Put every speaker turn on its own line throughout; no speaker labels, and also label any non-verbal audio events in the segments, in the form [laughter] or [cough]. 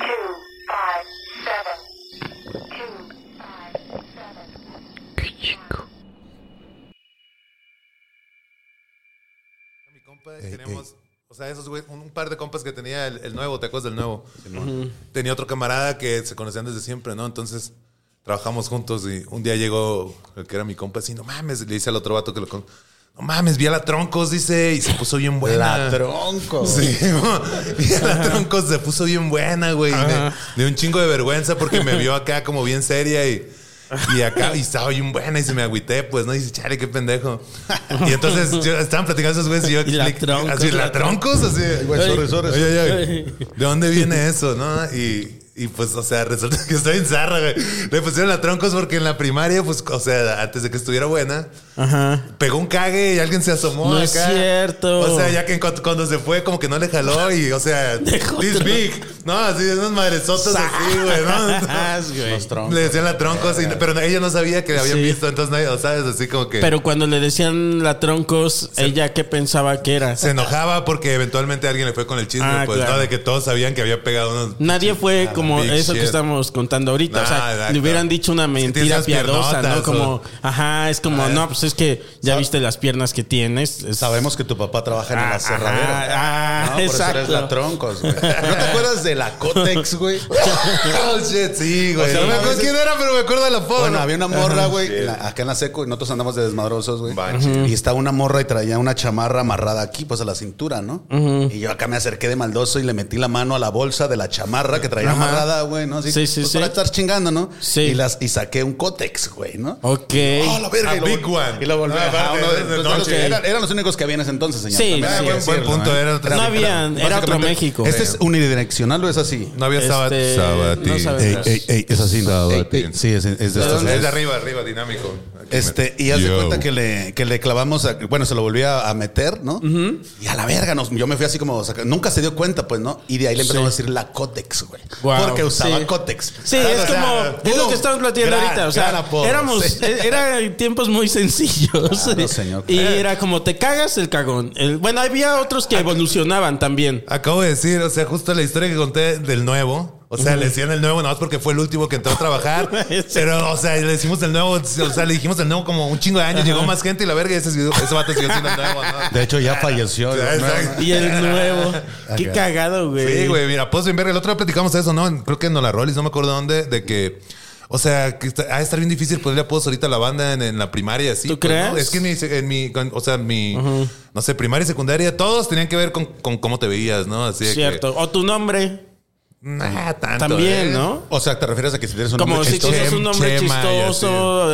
Two, five, seven. Two, five, seven.
Mi compa, teníamos, o sea, esos güey- un, un par de compas que tenía el, el nuevo, ¿te acuerdas del nuevo? Tenía otro camarada que se conocían desde siempre, ¿no? Entonces trabajamos juntos y un día llegó el que era mi compa así, no mames, le dice al otro vato que lo con... No mames, vi a la troncos, dice, y se puso bien buena.
La tronco.
Sí, vi a la troncos, se puso bien buena, güey. y Me dio un chingo de vergüenza porque me vio acá como bien seria y, y acá y estaba bien buena y se me agüité, pues, ¿no? Y dice, chale, qué pendejo. Y entonces yo- estaban platicando esos güeyes y yo
Y la
le-
troncos,
así, la
la
troncos, así.
Güey, sorry,
Oye,
sorry,
oye,
sorry.
oye, ¿De dónde viene eso, no? Y, y, pues, o sea, resulta que estoy en zarra, güey. Le pusieron la troncos porque en la primaria, pues, o sea, antes de que estuviera buena,
Ajá.
pegó un cague y alguien se asomó
No
acá.
es cierto.
O
[laughs]
sea, ya que en cuanto- cuando se fue, como que no le jaló y, o sea,
Dejó
this
otro.
big. No, así, unos madresotas así, güey,
[laughs]
¿no?
Sas, güey.
Los troncos.
Le decían la troncos, y- pero ella no sabía que la habían
Sí.
visto, entonces nadie, o sabes, así como que
Pero cuando le decían la troncos, ella qué pensaba que era.
se enojaba porque eventualmente alguien le fue con el chisme,
Ah,
pues,
claro.
¿no? De que todos sabían que había pegado unos.
Nadie fue como
big
eso que
shit.
estamos contando ahorita. o
Nah,
sea,
exacto.
le hubieran dicho una
que
mentira
tiene esas
piadosa, ¿no?
piernotas,
Como,
o-
ajá, es como, no, pues es que ya
Sab-
viste las piernas que tienes. es-
Sabemos que tu papá trabaja en
Ah,
el
ajá,
aserradero.
ah,
no, por eso eres
exacto.
la
[laughs]
troncos, güey. ¿No te acuerdas de la Cotex, güey?
[laughs] Oh, shit, sí, güey.
O sea,
no me
una
acuerdo
vez-
quién era, pero me acuerdo de la foto.
Bueno, había una morra, güey, en la- acá en la seco, y nosotros andamos de desmadrosos, güey. Y estaba una morra y traía una chamarra amarrada aquí, pues a la cintura, ¿no? Y yo acá me acerqué de maldoso y le metí la mano a la bolsa de la chamarra que traía
Ajá.
amarrada, güey, ¿no? Así,
Sí, sí,
pues,
sí.
Para estar chingando, ¿no?
Sí.
Y, las, y saqué un cótex, güey, ¿no?
Ok.
¡Oh, la verga!
A
y lo
big
vol-
one.
Y lo volví
Ah,
a
aparte,
uno
de
de- de- de-
noche.
de- eran, eran los únicos que había en ese entonces, señor.
Sí,
También
sí,
hay que
buen-
Ah, buen
decirlo,
punto,
¿eh?
era otra-
No había, era otro
Básicamente,
México.
Este es unidireccional o es así.
No había
Este,
sábado.
no sabemos.
Ey, ey, ey, Eh, es así. ¿no? Ey, ey, sí, es, es de estos.
Es de arriba, arriba, dinámico. Aquí
Este,
me-
y haz de
Yo.
cuenta que le, que le clavamos, a- bueno, se lo volví a, a meter, ¿no? Y a la verga, nos, yo me fui así como, saca- nunca se dio cuenta, pues, ¿no? Y de ahí le empezamos
Sí.
a decir la Cotex, güey.
Wow,
Porque usaba
sí.
Cotex.
Sí,
Ah,
es
o sea,
como es lo
¡pum!
que estamos platicando
Gran-
ahorita. O sea,
gran apodo,
éramos,
sí.
e- eran tiempos muy sencillos.
Claro, señor.
Y era como te cagas el cagón. El- bueno, había otros que evolucionaban también.
Acabo de decir, o sea, justo la historia que conté del nuevo. O sea, le decían el nuevo, nada más porque fue el último que entró a
[laughs]
trabajar. Pero, o sea, le decimos el nuevo, o sea, le dijimos el nuevo como un chingo de años. Llegó más gente y la verga, ese, siguió- ese vato siguió siendo el nuevo, ¿no?
[laughs]
De hecho, ya falleció.
Ya,
¿no?
exacto.
Y el
[laughs]
nuevo. Qué
Acá.
cagado, güey.
Sí, güey, mira, pues bien verga. El otro día platicamos eso, ¿no? Creo que en la Rollis, no me acuerdo dónde, de que. O sea, que está, ha de estar bien difícil ponerle apodos ahorita a la banda en, en la primaria, así.
¿Tú
pues, ¿no?
crees?
Es que en mi, en mi- con- o sea, mi, no sé, primaria y secundaria, todos tenían que ver con, con cómo te veías, ¿no? Así de que,
Cierto. O tu nombre
nah, tanto,
también,
¿eh?
¿no?
O sea, te refieres a que si tienes un
Como
nombre
si
chistoso-
tienes un nombre
Chema y así.
chistoso,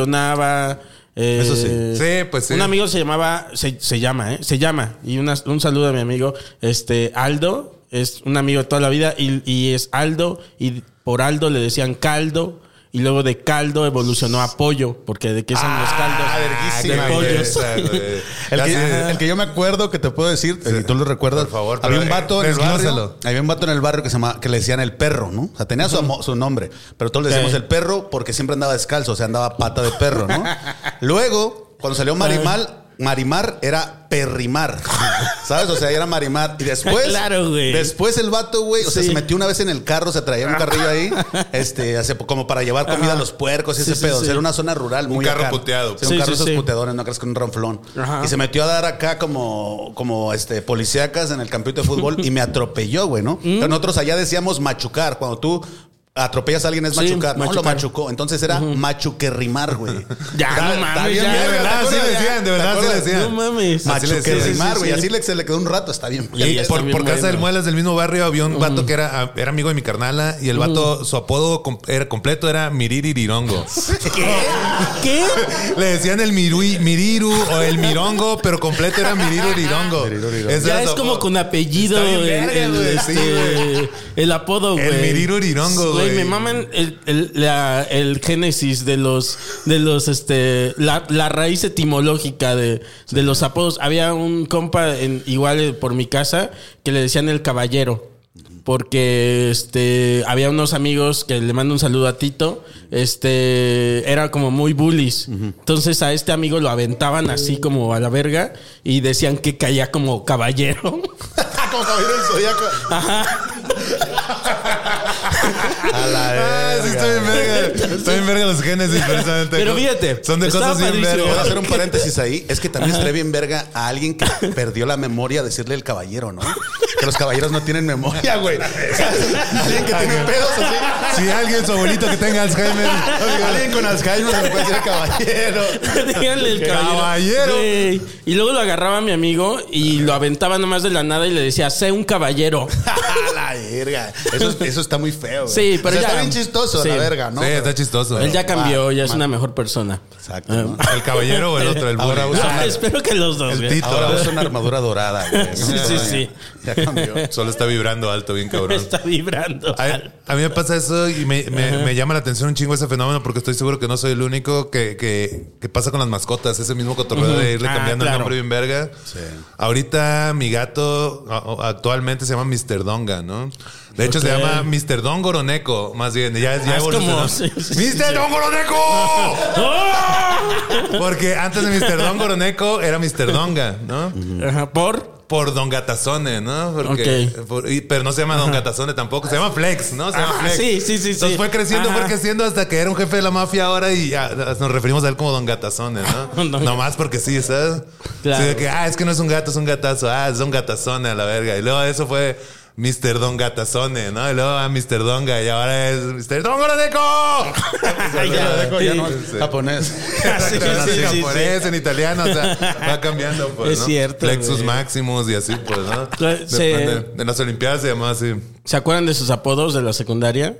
evolucionaba. eh,
Eso sí.
Sí, pues sí.
Un amigo se llamaba, se, se llama, ¿eh? Se llama. Y una- un saludo a mi amigo, este, Aldo. Es un amigo de toda la vida y, y es Aldo. Y por Aldo le decían caldo. Y luego de caldo evolucionó a pollo. Porque de qué son los caldos.
Ah, verguísima,
de
güey,
pollos.
esa, güey.
El
Ya
que,
sé.
el que yo me acuerdo que te puedo decir, si tú lo recuerdas,
Por favor,
había
pero,
un vato
eh,
en el barrio,
desglósalo.
había un vato en el barrio que se llamaba, que le decían el perro, ¿no? O sea, tenía su, amo- su nombre, pero todos le decíamos
Sí. [laughs]
el perro porque siempre andaba descalzo, o sea, andaba pata de perro, ¿no? Luego, cuando salió Marimal, Marimar era perrimar. ¿Sabes? O sea, era Marimar. Y después.
Claro, güey.
Después el vato, güey. O sea,
Sí.
se metió una vez en el carro, se traía un carrillo ahí. Este, hace, como para llevar comida a los puercos y
Sí,
ese
sí,
pedo. O sea,
sí.
era una zona rural muy.
carro
acá.
puteado.
Sí, un
Sí,
carro
sí,
esos
sí.
puteadores, no crees con un ronflón.
Ajá.
Y se metió a dar acá como, como este, policíacas en el campito de fútbol y me atropelló, güey, ¿no?
Mm.
Pero Nosotros allá decíamos machucar. Cuando tú. Atropellas a alguien es
Sí,
machucar. No, lo
machucar.
machucó. Entonces era machuquerrimar, güey.
[laughs] Ya,
Está-
no mames,
está bien
ya,
verga,
de
¿te
verdad, sí
acuerdas?
le decían, de
¿Te
verdad sí le
acuerdas?
decían.
No mames.
Así le
Machuquerrimar,
decían.
[laughs] Sí, sí,
güey.
sí.
Así le, se le quedó un rato, está bien.
Y- está
Por,
bien
por casa
bueno.
del Muelas del mismo barrio había un vato que era, ah, era amigo de mi carnala y el vato, su apodo com- era completo era Miriririrongo. [laughs]
¿Qué?
Le decían el mirui, Miriru o el Mirongo, pero completo era Miriririrongo.
Mirirurirongo.
Ese
Ya
era
es
su
como
apodo.
con apellido.
Está bien
el-
verga,
el,
güey, sí,
este, [laughs] el apodo, güey.
El Mirirurirongo, güey.
Me maman el, el- la- el génesis de los, de los, este, la, la raíz etimológica de, de los apodos. Había un compa en, igual eh, por mi casa que le decían el caballero. Porque este había unos amigos que le mando un saludo a Tito. Este era como muy bullies. Entonces a este amigo lo aventaban así como a la verga y decían que caía como caballero. [laughs]
[laughs]
Como caballero del zodiaco. A la
Ah, sí,
verga.
estoy en verga. Estoy en verga los génesis, precisamente.
Pero fíjate,
Son de
estaba
cosas bien
padrísimo.
Puedo
verga.
hacer un paréntesis ahí. Es que también estaría bien verga a alguien que perdió la memoria decirle el caballero, ¿no? Que los caballeros no tienen memoria, güey. Alguien que tiene pedos así.
Si alguien, su abuelito que tenga Alzheimer.
Alguien con Alzheimer se le puede decir caballero.
[laughs] Díganle el caballero.
Caballero.
Güey. Y luego lo agarraba a mi amigo y lo aventaba nomás de la nada y le decía, sé un caballero.
A [laughs] la verga. Eso, eso está muy feo. güey.
Sí, pero
O sea,
ya-
Está bien chistoso,
sí.
la verga, ¿no?
sí,
Pero-
está chistoso.
Él ya cambió,
va,
ya es
va.
una Ah. mejor persona.
Exacto. ¿no?
¿El caballero
[laughs]
o el otro? [laughs] El
Ahora
burro.
usa-
Ah, espero que los dos.
El
güey. [laughs]
Tito.
Ahora usa una armadura dorada, güey. ¿no?
Sí, sí, sí.
Ya cambió.
Solo está vibrando alto, bien cabrón.
Está vibrando.
A, a mí me pasa eso y me, me- me llama la atención un chingo ese fenómeno porque estoy seguro que no soy el único que, que- que pasa con las mascotas, ese mismo cotorreo de irle
Ah,
cambiando
claro.
el nombre bien verga. Ahorita mi gato a- a- actualmente se llama Mr. Donga, ¿no? De hecho se
Ok.
llama Mr. Dongoroneco, más bien. Ya, ya
Ah, es
evolucionó.
como- sí, sí, sí,
¡Mr.
sí. [laughs]
Dongoroneco!
¡Oh!
Porque antes de Mr. Dongoroneco era Mr. Donga, ¿no?
Ajá, por.
Por Don Gatazone, ¿no? Porque, por- y- pero no se llama Don Gatazone tampoco, se llama Flex, ¿no? Se llama
Ah,
Flex.
sí, sí, sí, sí.
Entonces fue creciendo,
Ajá.
fue creciendo hasta que era un jefe de la mafia ahora y ya, nos referimos a él como Don Gatazone, ¿no?
[laughs] Don-
Nomás porque sí, ¿sabes?
Claro.
Sí, de que, ah, es que no es un gato, es un gatazo. Ah, es Don Gatazone a la verga. Y luego eso fue Mr. Don Gatazone, ¿no? Y luego a Mr. Donga y ahora es Mr. Don Gorodeco.
[laughs] Ya,
Ya,
ya no
sí.
es [laughs] japonés.
[laughs] Sí,
Pero
sí,
en
sí,
japonés, en italiano, o sea, va cambiando, pues,
Es
¿no?
cierto,
Plexus
güey.
Maximus y así, pues,
[laughs]
¿no?
Claro,
Después
se-
de, en las Olimpiadas se llamaba así.
¿Se acuerdan de sus apodos de la secundaria?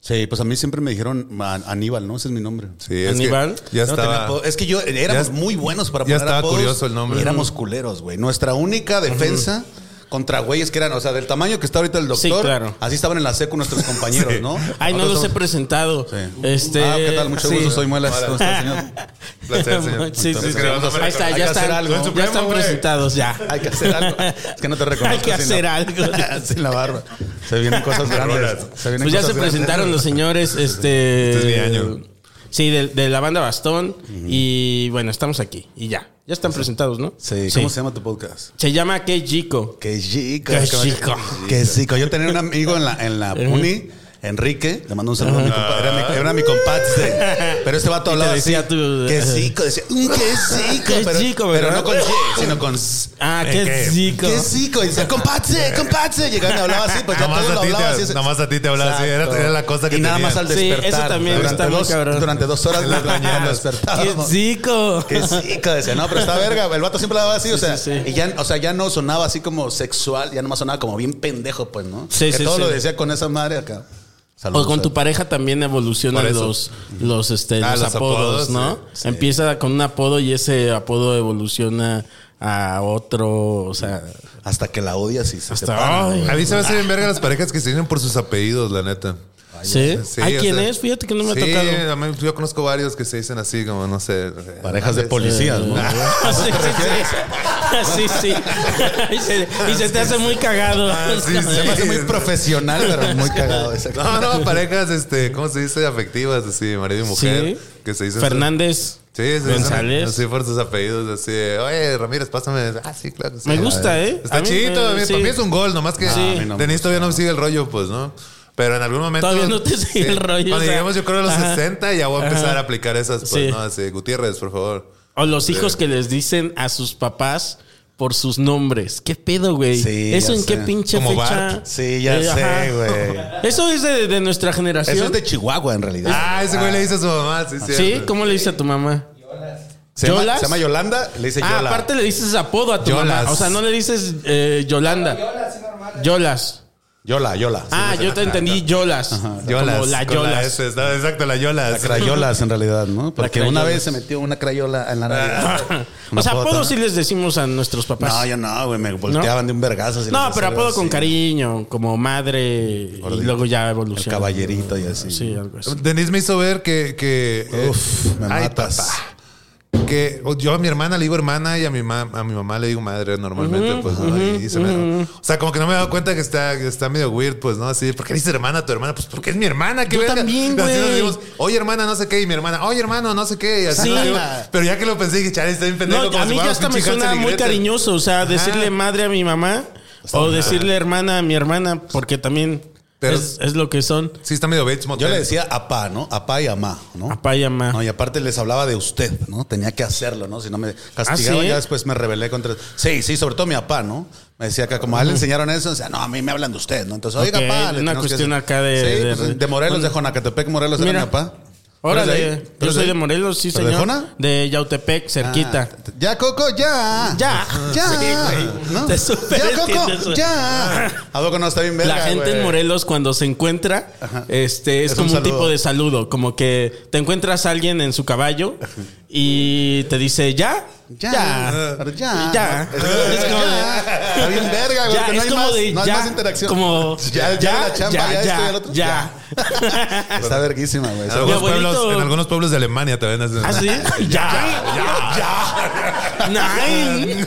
Sí, pues a mí siempre me dijeron "Ma- Aníbal, ¿no? Ese es mi nombre.
Sí, es
Aníbal.
que ya
Yo no tenía
estaba.
apodo. es que yo éramos
Ya-
muy buenos para
ya
poner
estaba
apodos
curioso el nombre.
y éramos culeros, güey. Nuestra única defensa contra güeyes que eran, o sea, del tamaño que está ahorita el doctor.
Sí, claro.
Así estaban en la secu nuestros compañeros,
[laughs] Sí.
¿no?
Ay, no
Nosotros
los he
estamos-
presentado.
Sí.
Este,
Ah, ¿qué tal? Mucho
sí.
gusto,
[laughs]
soy Muelas. ¿Cómo está, señor? [laughs]
Placer, señor.
Sí,
Es
sí, sí.
que le vamos a hacer-
Ahí está,
hay
ya
que hacer
están,
algo.
ya
En Supremo,
están
güey.
presentados ya.
Hay que hacer algo. Es que no te
[laughs]
reconozco.
Hay que
sin
hacer
la-
algo.
sin la barba. Se vienen cosas grandes.
Rolas.
Se vienen
Pues ya se
cosas grandes.
presentaron los señores, este.
[laughs] Este es mi año.
Sí, de, de la banda Bastón. Y bueno, estamos aquí. Y ya. Ya están presentados, ¿no?
Sí, ¿cómo se llama tu podcast?
Se llama Que Chico.
Qué chico.
Qué chico.
Qué chico. Yo tenía un amigo en la, en la uni, Enrique. Le mando un saludo a mi compadre. Era mi, era mi compadre. Pero este vato
Y te
hablaba así.
decía tú,
Qué
ajá.
chico. Decía, "Mm, qué chico.
Qué
pero,
chico,
pero
¿verdad?
no con G, sino con... s-
Ah,
Eh,
Que
¿qué?
Chico.
Qué chico. Y decía, compadre, compadre. Llegaba y me hablaba así. Pues ya
Nomás
todo
a
lo
ti
hablaba
te-
así.
nomás a ti te hablaba así. Era-
Exacto.
era la cosa que
Y nada
tenían.
más al
Sí,
despertar.
eso también
durante
está muy
dos,
cabrón.
Durante dos horas nos
bañadas.
Que
despertábamos.
Chico.
Qué
[laughs]
chico, decía, no, pero está verga, el vato siempre hablaba así, o sea,
sí, sí.
y ya, o sea, ya no sonaba así como sexual, ya nomás sonaba como bien pendejo, pues, ¿no?
Sí,
que
sí,
todo
sí.
lo decía con esa madre acá.
O
Saludos,
Pues
eh,
con tu
saludos.
pareja también evolucionan
Por eso.
los, los, este,
Ah,
los,
los
apodos,
apodos,
¿no? Empieza con un apodo y ese apodo evoluciona a otro, o sea,
Hasta que la odias y se
hasta...
te para.
¡Ay!
A mí se me hace bien verga las parejas que se vienen por sus apellidos, la neta.
¿Sí?
Sí,
¿Hay
o
quién
sea,
es? Fíjate que no me ha
sí,
tocado.
a mí- yo conozco varios que se dicen así, como no sé.
Parejas de
[laughs]
policías, [laughs] ¿no?
Ah, sí, Ah, sí, sí. Sí, sí. [laughs] Y se, y se te hace muy cagado.
Ah, sí,
Se me hace muy
Sí.
profesional, pero muy cagado. esa
No,
cosa.
no, parejas, este, ¿cómo se dice? Afectivas, así, marido y mujer.
Sí.
Que se dicen.
Fernández.
Sí, sí.
González.
Así por sus apellidos, así de, oye, Ramírez, pásame. Ah, sí, claro. sí.
Me gusta, ¿eh? A
Está
mí,
chido,
eh,
a mí-
sí.
para mí es un gol, nomás que
Sí.
Ah, no, Denis todavía no me sigue el rollo, pues, ¿no? Pero en algún momento.
Todavía no te sigue el rollo,
Cuando
o sea,
lleguemos, yo creo, a los
ajá.
60, ya voy a empezar
Ajá.
a aplicar esas, pues,
Sí.
¿no? Así, Gutiérrez, por favor.
O los hijos que les dicen a sus papás por sus nombres. ¿Qué pedo, güey?
Sí,
¿Eso
ya
en qué
sé.
pinche
Como
fecha?
Bart.
Sí, ya
Eh, ajá.
sé, güey.
Eso es de, de nuestra generación.
Eso es de Chihuahua, en realidad.
Ah, ese güey le dice a su mamá, sí,
¿Sí?
cierto.
¿Cómo le dice a tu mamá?
se, llama,
¿Yolas?
se llama Yolanda, le dice
Ah,
Yola.
aparte le dices apodo a tu
Yolas.
mamá. O sea, no le dices eh, Yolanda. Yolas.
Yola, Yola. Sí,
Ah,
no sé.
yo te entendí Yolas.
Yolas.
Como la
con la
Yolas.
S, está- exacto, la Yolas.
La crayolas, en realidad, ¿no? Porque
crayolas. Ah.
una vez se metió una crayola en la nariz.
[laughs] o sea, apodo
apodos
sí les decimos a nuestros papás.
No, yo no, güey. Me volteaban de un vergazo. si
No,
les
pero
hacía
apodo
algo
con
así.
cariño, como madre, y luego ya
El
evoluciona.
caballerito y así.
Sí, algo así.
Denise me hizo ver que. que eh,
Uf, me
ay,
matas.
papá. Que o- yo a mi hermana le digo hermana y a mi, ma- a mi mamá le digo madre normalmente, pues, ¿no? Y- y se me- O sea, como que no me he dado cuenta que está, que está medio weird, pues, ¿no? Así, ¿por qué le dices hermana a tu hermana? Pues porque es mi hermana, que
Yo también, güey.
Oye, hermana, no sé qué, y mi hermana, oye, hermano, no sé qué. Y así
Sí.
nos digo. pero ya que lo pensé, dije, chale, está bien pendejo.
No,
como
a
si
mí ya
fuéramos
hasta me
pinche Hansel
suena
y
muy
Gretel.
cariñoso. O sea,
Ajá.
decirle madre a mi mamá o decirle hermana a mi hermana, porque también
Pero-
es, es lo que son.
Sí, está medio Bates
Yo
Motel.
le decía apá, ¿no? Apá y amá, ¿no?
Papá y mamá.
No, y aparte les hablaba de usted, ¿no? Tenía que hacerlo, ¿no? Si no me castigaba,
¿Ah, sí?
ya después me rebelé contra. Sí, sí, sobre todo mi papá, ¿no? Me decía que como a él le enseñaron eso, decía, no, a mí me hablan de usted, ¿no? Entonces, oiga,
Ok,
papá. le
una
tenemos que
cuestión
decir-
acá de-
Sí,
de-
pues, de, Morelos, de Jonacatepec, Morelos, era
Mira.
mi papá. ¿Tú eres de
Órale,
ahí? ¿Tú
yo
eres
soy de
ahí?
Morelos, sí,
¿Pero de
señor.
Jona?
De Yautepec, cerquita.
Ah, ya, Coco, ya.
Ya,
Ya.
Sí, güey.
¿No?
Te super
ya, Coco,
entiendes, güey.
ya. A poco no está bien verga,
la gente en
güey?
Morelos cuando se encuentra, este es,
Es
como
un
un, tipo
saludo.
de saludo, como que te encuentras a alguien en su caballo y te dice ya,
Ya,
ya,
pero ya.
ya.
Es como
[laughs]
de-
Es como de-
ya. Está bien verga, güey,
Ya,
que no
es
hay
como
más-
de
no hay
ya,
más interacción.
Como
Ya, ya la chamba, ya esto y el otro.
ya.
Está verguísima, güey.
En
Eso-
Mi
algunos,
abuelito-
pueblos, en algunos pueblos de Alemania también hacen.
[laughs]
[laughs]
¿Ah, sí? ya, ya, [laughs] Nein.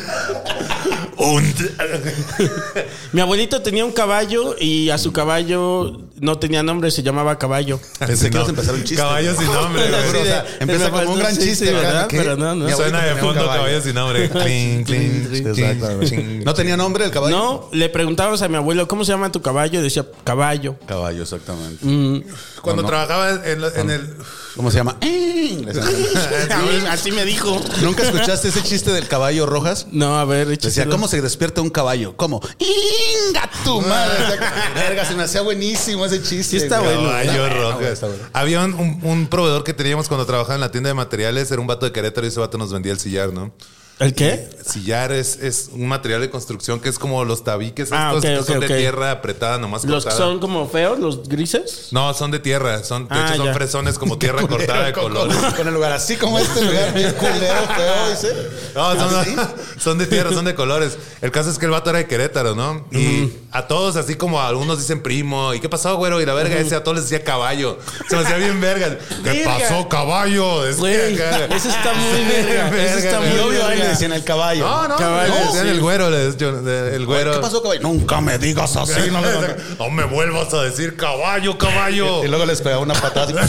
Mi abuelito tenía un caballo y a su caballo no tenía nombre, se llamaba caballo.
Pensé que ibas a empezar un chiste.
Caballo
[laughs]
sin nombre, güey.
Así
o sea,
de-
empieza
de-
como un gran
sí, sí,
chiste, acá,
¿verdad?
¿qué?
Pero no, no.
Mi abuelito
Suena de
tenía un
fondo
caballo.
caballo sin nombre. Cling, cling,
Sí,
cling,
exacto, güey.
cling.
¿No tenía nombre el caballo?
No, le preguntabas a mi abuelo, ¿cómo se llama tu caballo? Y decía, caballo.
Caballo, exactamente.
Mm.
Cuando
No, no.
trabajaba en, lo- en el.
¿Cómo
[laughs]
se llama? [laughs]
A mí, así me dijo.
¿Nunca escuchaste ese chiste del caballo rojas?
No, a ver,
Decía,
échaselo.
¿cómo se despierta un caballo? ¿Cómo? ¡Inga tu madre! Ah, Verga, se me hacía buenísimo ese chiste.
Sí está
güey.
bueno.
Caballo
Está bueno,
rojo.
güey, Ah, está bueno.
Había un, un- un proveedor que teníamos cuando trabajaba en la tienda de materiales. Era un vato de Querétaro y ese vato nos vendía el sillar, ¿no?
¿El qué?
Sillar es, es un material de construcción que es como los tabiques.
Ah,
estos
ok,
que
ok,
son
ok.
de tierra apretada, nomás
¿Los que
cortada.
son como feos, los grises?
No, son de tierra. Son, de
Ah,
hecho, son
ya.
fresones como tierra cortada de color.
Con el lugar así como este lugar, bien culero, feo, dice.
No, son,
¿Ah, sí?
[laughs] son de tierra, son de colores. El caso es que el vato era de Querétaro, ¿no? Y a todos, así como a algunos dicen primo, ¿y qué pasó, güero? Y la verga, ese a todos les decía caballo. Se me hacía bien verga. ¿Qué
Verga.
pasó, caballo? Es que
Güey,
acá-
eso está
[laughs]
muy
Sí,
verga. Eso está
güey.
Y
muy
obvio, ahí
verga.
le decían el caballo.
No, no,
Caballo,
le decían
sí.
el güero. le- yo- de- el güero.
¿Qué pasó, caballo? Nunca me digas así. No, no, no.
[laughs] No me vuelvas a decir caballo, caballo.
[laughs] Y luego les pegaba una patada. [laughs] así.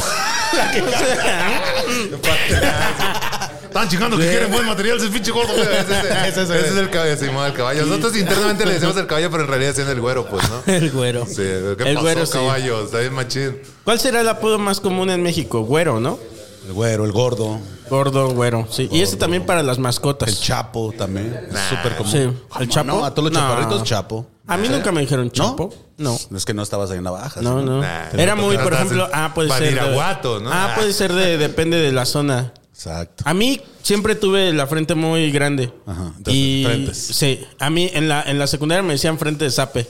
Están chingando que quieren buen material, ese pinche gordo. güey. Ese, ese-
Ese es
ese es
el-
el caballo, Simón, el caballo. Nosotros internamente le decimos el caballo, pero en realidad es el güero, pues, ¿no?
[laughs] El güero.
Sí, ¿qué
El
pasó,
güero, sí.
caballo? Está bien machín.
¿Cuál será el apodo más común en México? Güero, ¿no?
El güero, el gordo,
Gordo, güero. Sí. Y este también para las
el
mascotas.
chapo también. Es súper común.
Sí. ¿El
¿Cómo
chapo?
No, a todos los
No.
chaparritos, chapo.
A mí nunca me dijeron chapo. No.
Es que no estabas ahí en la baja.
No,
¿sí?
no.
Nah.
Era muy, por
Estás
ejemplo,
en
ah, puede ser. de-
Badiraguato, ¿no?
Ah, puede ser de, depende de la zona.
Exacto.
A mí siempre tuve la frente muy grande.
Ajá, entonces,
Y
frentes.
sí, a mí en la, en la secundaria me decían frente de sape.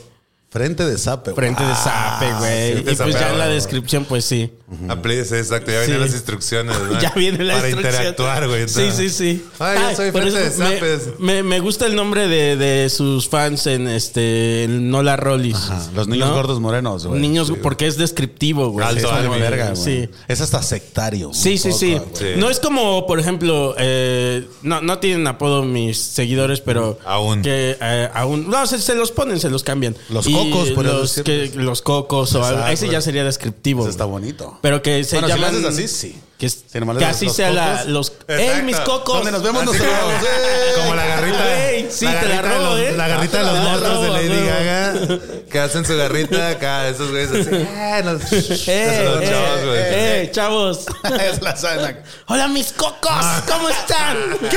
Frente de sape.
Frente de
Ah,
sape, güey.
sí, te
y pues ya
sapeaba,
en la
güey.
descripción, pues sí.
Aplica, exacto, ya vienen
Sí.
las instrucciones, ¿no?
[laughs] Ya viene la
Para
instrucción.
interactuar, güey.
Sí, sí, sí.
Ay, yo soy
por
frente de
eso me-
zapes.
Me, me gusta el nombre de, de sus fans en este en Nola Rollis.
Ah, Los niños
¿No?
gordos morenos, güey.
Niños, porque es descriptivo, güey.
Alto,
Es como-
alto,
Verga, güey.
Sí.
Es hasta sectario.
Sí,
un
sí,
poco,
sí.
güey.
Sí.
No es como, por ejemplo, eh, no, no tienen apodo mis seguidores, pero.
Aún.
Que, eh, aún. No, se, se los ponen, se los cambian.
Los cocos, podrías
los,
decir.
que- los cocos o algo.
Exacto.
Ese ya sería descriptivo.
Eso está
güey.
bonito.
Pero que se
bueno, si lo
llaman.
haces así, sí.
Que, es-
Sí, nomás le
que
das
así
los
sea la,
cocos.
los...
Exacto.
¡Ey, mis cocos!
Donde nos vemos,
[laughs]
nos
Así como-
vemos, eh.
Como la garrita.
Güey, sí,
la
te la
garrita de
robo,
los-
eh.
La garrita de los
Te la
monstruos de
robo,
Lady
huevo.
Gaga. Que hacen su garrita acá. Esos güeyes así. "Ah,
[laughs]
los-
¡Eh,
los chavos, güey.
eh, eh, chavos!
[laughs] Es la sana.
¡Hola, mis cocos!
Ah.
¿Cómo están?
[laughs] ¿Qué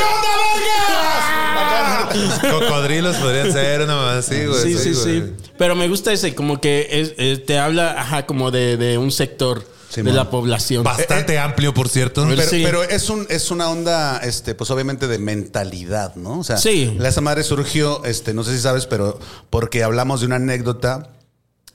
onda, vergas?
Cocodrilos podrían ser, una mamá así, güey.
Sí, sí, sí.
güey.
Pero me gusta ese, como que es- es- te habla, ajá, como de, de un sector de
man.
la población. Eh,
Bastante amplio, por cierto.
Eh, Pero,
Sí.
pero es un es una onda, este, pues obviamente de mentalidad, ¿no? O sea,
Sí.
la esa madre surgió, este, no sé si sabes, pero porque hablamos de una anécdota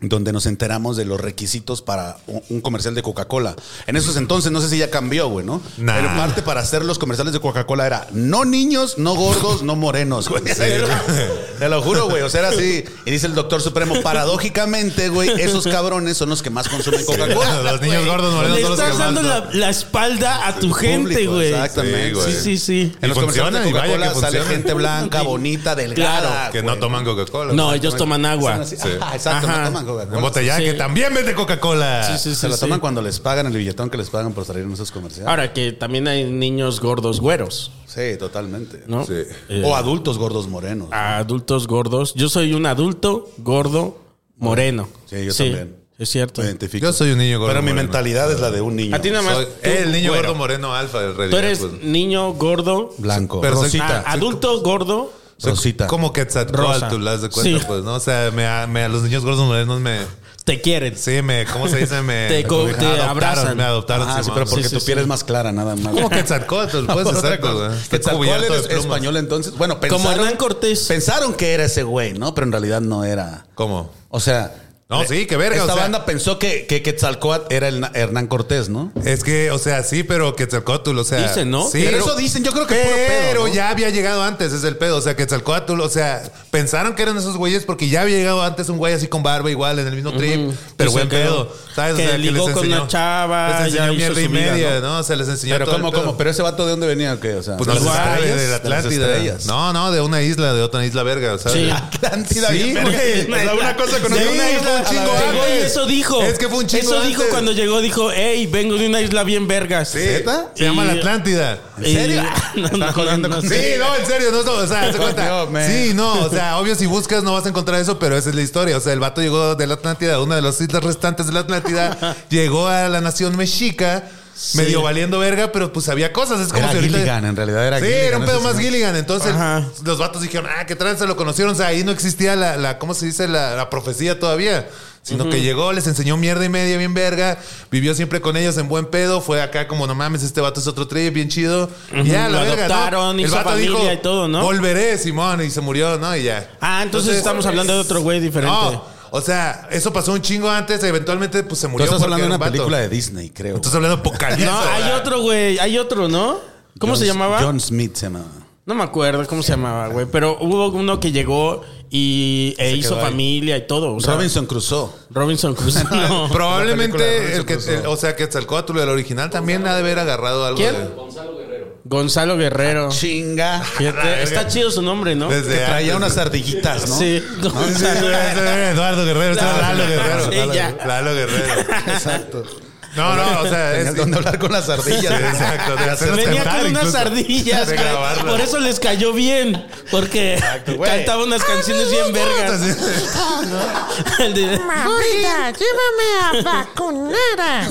donde nos enteramos de los requisitos para un, un comercial de Coca-Cola. En esos entonces, no sé si ya cambió, güey, ¿no?
Nah.
Pero parte para hacer los comerciales de Coca-Cola era no niños, no gordos, no
[laughs]
morenos, güey. [laughs] Te lo juro, güey. O sea, era así. Y dice el doctor supremo, paradójicamente, güey, esos cabrones son los que más consumen Coca-Cola.
[laughs] Los niños gordos morenos
Le
son los que
estás
más.
dando
¿no?
la, la espalda a tu gente,
público,
güey.
exactamente.
Sí, güey.
Sí, sí, sí.
Y
En los
funciona,
comerciales de
y vaya que
Coca-Cola sale
funciona.
gente blanca, bonita, delgada.
Claro.
Ah, Que no
güey.
toman Coca-Cola.
No, ellos toman agua.
Están así, ajá, exacto,
Ajá.
no toman Coca-Cola.
En botella
Sí.
que también vende Coca-Cola.
Sí, sí, sí,
Se la
sí.
toman cuando les pagan el billetón que les pagan por salir en esos comerciales.
Ahora que también hay niños gordos güeros,
Sí, totalmente.
¿no?
Sí.
Eh, Ah,
O adultos gordos morenos.
a adultos gordos. Yo soy un adulto gordo moreno.
Sí, yo también.
Es cierto.
Me identifico.
Yo soy un niño gordo
Pero mi
moreno.
mentalidad es la de un niño.
A ti nada más.
Soy
tú,
el niño
güero.
gordo moreno alfa del pues. rey.
Tú eres niño gordo.
Blanco.
Pero soy-
ah,
Rosita.
adulto gordo.
Rosita.
Como
Rosa.
Quetzalcóatl, tú las de cuenta,
Sí.
pues, ¿no? O sea, me, a, me- a los niños gordos morenos me...
Te quieren.
Sí, me... ¿Cómo se dice? Me...
[laughs] Te co- te
adoptaron,
abrazan.
Me adoptaron.
Ah, sí, pero
porque
porque
sí,
tu
sí.
piel es más clara, nada más.
Como
[laughs]
[laughs]
Quetzalcóatl, pues, exacto, güey. Está
¿Cuál
cubierto de
eres
plumas.
español entonces? Bueno, pensaron,
Como Hernán Cortés.
pensaron que era ese güey, ¿no? Pero en realidad no era.
¿Cómo?
O sea. eh,
No, sí, qué verga,
Esta
o sea.
banda pensó que, que Quetzalcóatl era el Na- Hernán Cortés, ¿no?
Es que, o sea, sí, pero Quetzalcóatl, o sea...
Dicen, ¿no?
Sí,
Pero eso dicen, yo creo que es puro pedo,
Pero
¿no?
ya había llegado antes, es el pedo. O sea, Quetzalcóatl, o sea, pensaron que eran esos güeyes porque ya había llegado antes un güey así con barba igual en el mismo trip, pero
Mm. Y se
buen
quedó.
pedo. ¿Sabes?
Que
o sea,
ligó con una chava,
Les enseñó
ya hizo
mierda y
su vida, [laughs]
media, ¿no? O sea, les enseñó
Pero
todo el
¿cómo,
pedo.
cómo? ¿Pero ese vato de dónde venía o qué? O sea,
Pues no
¿de
se
las
sabe,
estrellas?
de la
las
Atlántida.
estrellas.
No, no, de una isla, de otra isla verga, ¿sabes?
Sí.
Atlántida,
Sí,
bien
[laughs]
verga.
güey.
O sea, una cosa con
Sí,
otra.
fue un chingo
a la
Llegó
verga.
y
antes.
eso dijo.
Es que fue un chingo
Eso dijo
antes.
cuando llegó, dijo, hey, vengo de una isla bien vergas.
Sí. Se llama la Atlántida.
¿En serio? [laughs]
[laughs]
No, no, no, no.
Sí, no, en serio, no, no, o
[laughs]
sea, se cuenta.
Dios, man.
Sí, no, o sea, obvio si buscas no vas a encontrar eso, pero esa es la historia. O sea, el vato llegó de la Atlántida, una de las islas restantes de la
[laughs]
Atlántida, llegó a la nación mexica, medio valiendo verga, pero pues había cosas. Es como
Era
si ahorita-
Gilligan, en realidad era
Sí,
Gilligan,
era un
ese
pedo más
señor.
Gilligan. Entonces,
Ajá.
los vatos dijeron, ah, qué tranza, lo conocieron. O sea, ahí no existía la, la ¿cómo se dice? La, la profecía todavía. Sino que llegó, les enseñó mierda y media bien verga, vivió siempre con ellos en buen pedo, fue acá como, no mames, este vato es otro trip, bien chido. Y ya,
Ujú,
la
lo
verga,
adoptaron,
¿no?
hizo familia y todo, ¿no?
Volveré, Simón, y se murió, ¿no? Y ya.
Ah, entonces estamos hablando de otro güey diferente.
No, o sea, eso pasó un chingo antes, eventualmente pues se
Tú
murió.
estás
porque
hablando de
era
una
un vato.
película de Disney, creo.
Estás hablando de Apocalipsis.
[laughs] No, hay
¿verdad?
otro, güey. Hay otro, ¿no? ¿Cómo
John-
se llamaba?
John Smith se llamaba.
No me acuerdo cómo se llamaba, güey. Pero hubo uno que llegó y e
Se
hizo
quedó ahí.
familia y todo. o sea,
Robinson Crusoe.
[laughs]
Robinson Crusoe. No.
Probablemente
La
el que,
película de Robinson
el- o sea, que Quetzalcóatl, el original, también ha de haber agarrado algo.
¿Quién?
de-
Gonzalo Guerrero.
Chinga.
Fíjate, Ah, está chido su nombre, ¿no?
Desde
Que traía
antes.
unas ardillitas, ¿no?
Sí.
Sí, sí,
Gonzalo.
era Eduardo Guerrero, estaba Lalo Guerrero.
Sí,
Lalo-
ya.
Lalo Guerrero.
Exacto.
No, no, o sea,
Tenías
es,
donde hablar con las ardillas.
Exacto, de hacer-
Ah, Venía
cantar
con unas
incluso.
ardillas,
De
güey.
grabarlo.
Por eso les cayó bien. Porque
güey.
cantaba unas canciones
Ah,
bien vergas. [laughs] El de-
Mamita,
[laughs]
llévame a vacunar.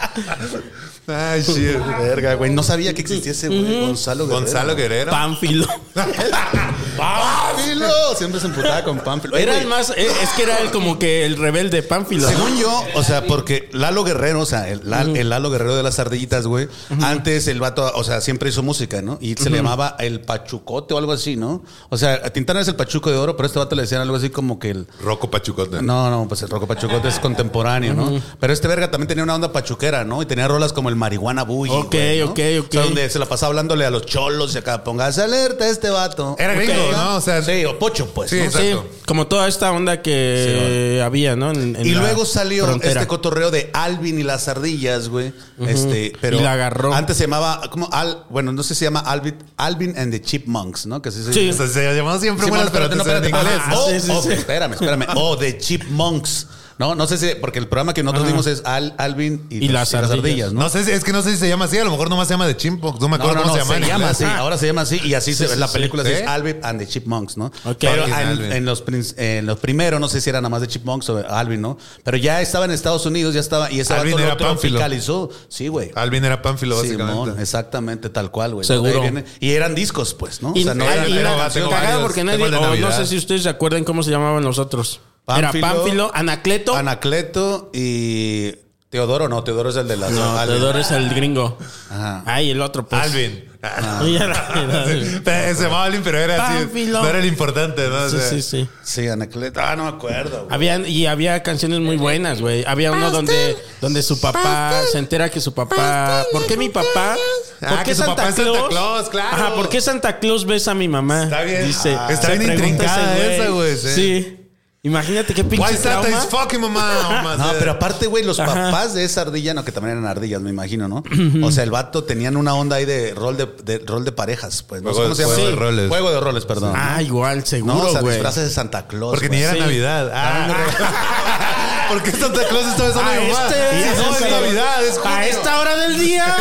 [laughs] Ay, shit.
Verga, güey. No sabía que existía ese güey. Gonzalo Guerrero.
Gonzalo Guerrero.
Pánfilo.
[laughs] Pánfilo. Siempre se emputaba con Pánfilo.
Era
Oye,
el más. eh, Es que era el como que el rebelde Pánfilo.
Según yo, o sea, porque Lalo Guerrero, o sea, el, Lal- el Lalo Guerrero de las ardillitas, güey, antes el vato, o sea, siempre hizo música, ¿no? Y se le llamaba el Pachucote o algo así, ¿no? O sea, a Tintana es el Pachuco de Oro, pero a este vato le decían algo así como que el...
Rocco Pachucote.
No, no, pues el Rocco Pachucote es contemporáneo, ¿no? Pero este verga también tenía una onda pachuquera, ¿no? Y tenía rolas como el Marihuana Boogie.
Ok,
güey, ¿no?
ok, ok.
O sea, donde se la pasaba hablándole a los cholos y acá, pongas alerta a este vato.
Era gringo,
Ok.
¿no? O sea,
sí, o pocho, pues.
Sí,
¿no?
exacto.
Sí, como toda esta onda que había, ¿no? En- en
Y
la
luego salió
frontera.
este cotorreo de Alvin y las ardillas, güey. Este, pero
Y la agarró.
Antes se llamaba como Al, bueno, no sé si se llama Alvin, Alvin and the Chipmunks, ¿no? Que así se
Sí.
O sea, se llamó siempre
Sí,
buenas,
bueno,
pero
espérate, no, espérate.
en inglés.
Ah,
¿no?
o-
Sí, sí,
o-
sí.
Espérame, espérame. O The Chipmunks. No, no sé si, porque el programa que nosotros vimos es Al, Alvin y,
Y las
las, y las
ardillas.
ardillas, ¿no?
No sé si, es que no sé si se llama así, a lo mejor nomás se llama de chimpo. No me
No,
acuerdo
no,
cómo
no,
se llama.
se
en
llama
inglés.
así, ahora se llama así y así se ve
sí,
la
sí.
película, así
¿Sí? ¿eh?
es Alvin and the Chipmunks, ¿no?
Ok.
Pero
Fucking
en,
Alvin.
en los, prin- en los primeros, no sé si era nada más de Chipmunks o Alvin, ¿no? Pero ya estaba en Estados Unidos, ya estaba, y estaba
Alvin
todo
era
lo
Pánfilo.
tropicalizó. Sí, güey.
Alvin era Pánfilo,
Simón,
básicamente.
exactamente tal cual, güey.
Seguro.
De ahí viene- Y eran discos, pues, ¿no?
Y-
no
ay,
era-
y
era-
la-
tengo
cagado
varios,
porque
tengo
nadie.
el de
o no
Navidad.
sé si ustedes se acuerdan cómo se llamaban los otros.
Pánfilo,
era Pánfilo, Anacleto.
Anacleto y Teodoro, no, Teodoro es el de las.
no,
Alvin.
Teodoro es el gringo.
Ajá.
Ay, el otro, pues.
Alvin.
Ah.
[laughs]
Y era- era-
Pe- Se llamaba Alvin, pero era así.
Pánfilo.
No era el importante, ¿no? O
Sí,
sea,
sí, sí.
Sí, Anacleto. Ah, no me acuerdo, güey.
Habían, y había canciones muy buenas, güey. Había uno donde, donde su papá
Pastel.
se entera que su papá.
Pastel
¿Por
de
qué mi papá?
cumpleaños.
Ah, que su papá es Santa Claus, claro.
Ajá, ¿por qué Santa Claus besa a mi mamá?
Está bien.
Dice,
Ah. Está
se
bien
pregunta
intrincada
ese
esa, güey,
Sí.
sí.
Imagínate qué pinche
Why Santa
trauma.
is fucking
[laughs]
mamá.
No, pero aparte, güey, los
Ajá.
papás de esa ardilla, no, que también eran ardillas, me imagino, ¿no? O sea, el vato tenían una onda ahí de rol de, de rol de parejas, pues. No sé
Juego-
cómo se llama.
juego de roles.
Juego de roles, perdón.
Ah, igual,
no, o
seguro,
sea,
güey.
disfraces de Santa Claus.
Porque ni
güey.
era
Sí.
Navidad. Ah. [laughs] ¿Por qué Santa Claus esta vez
A
habla de mamá?
este-
Y Ah, no, es Navidad, es junio.
A esta hora del día.
[laughs]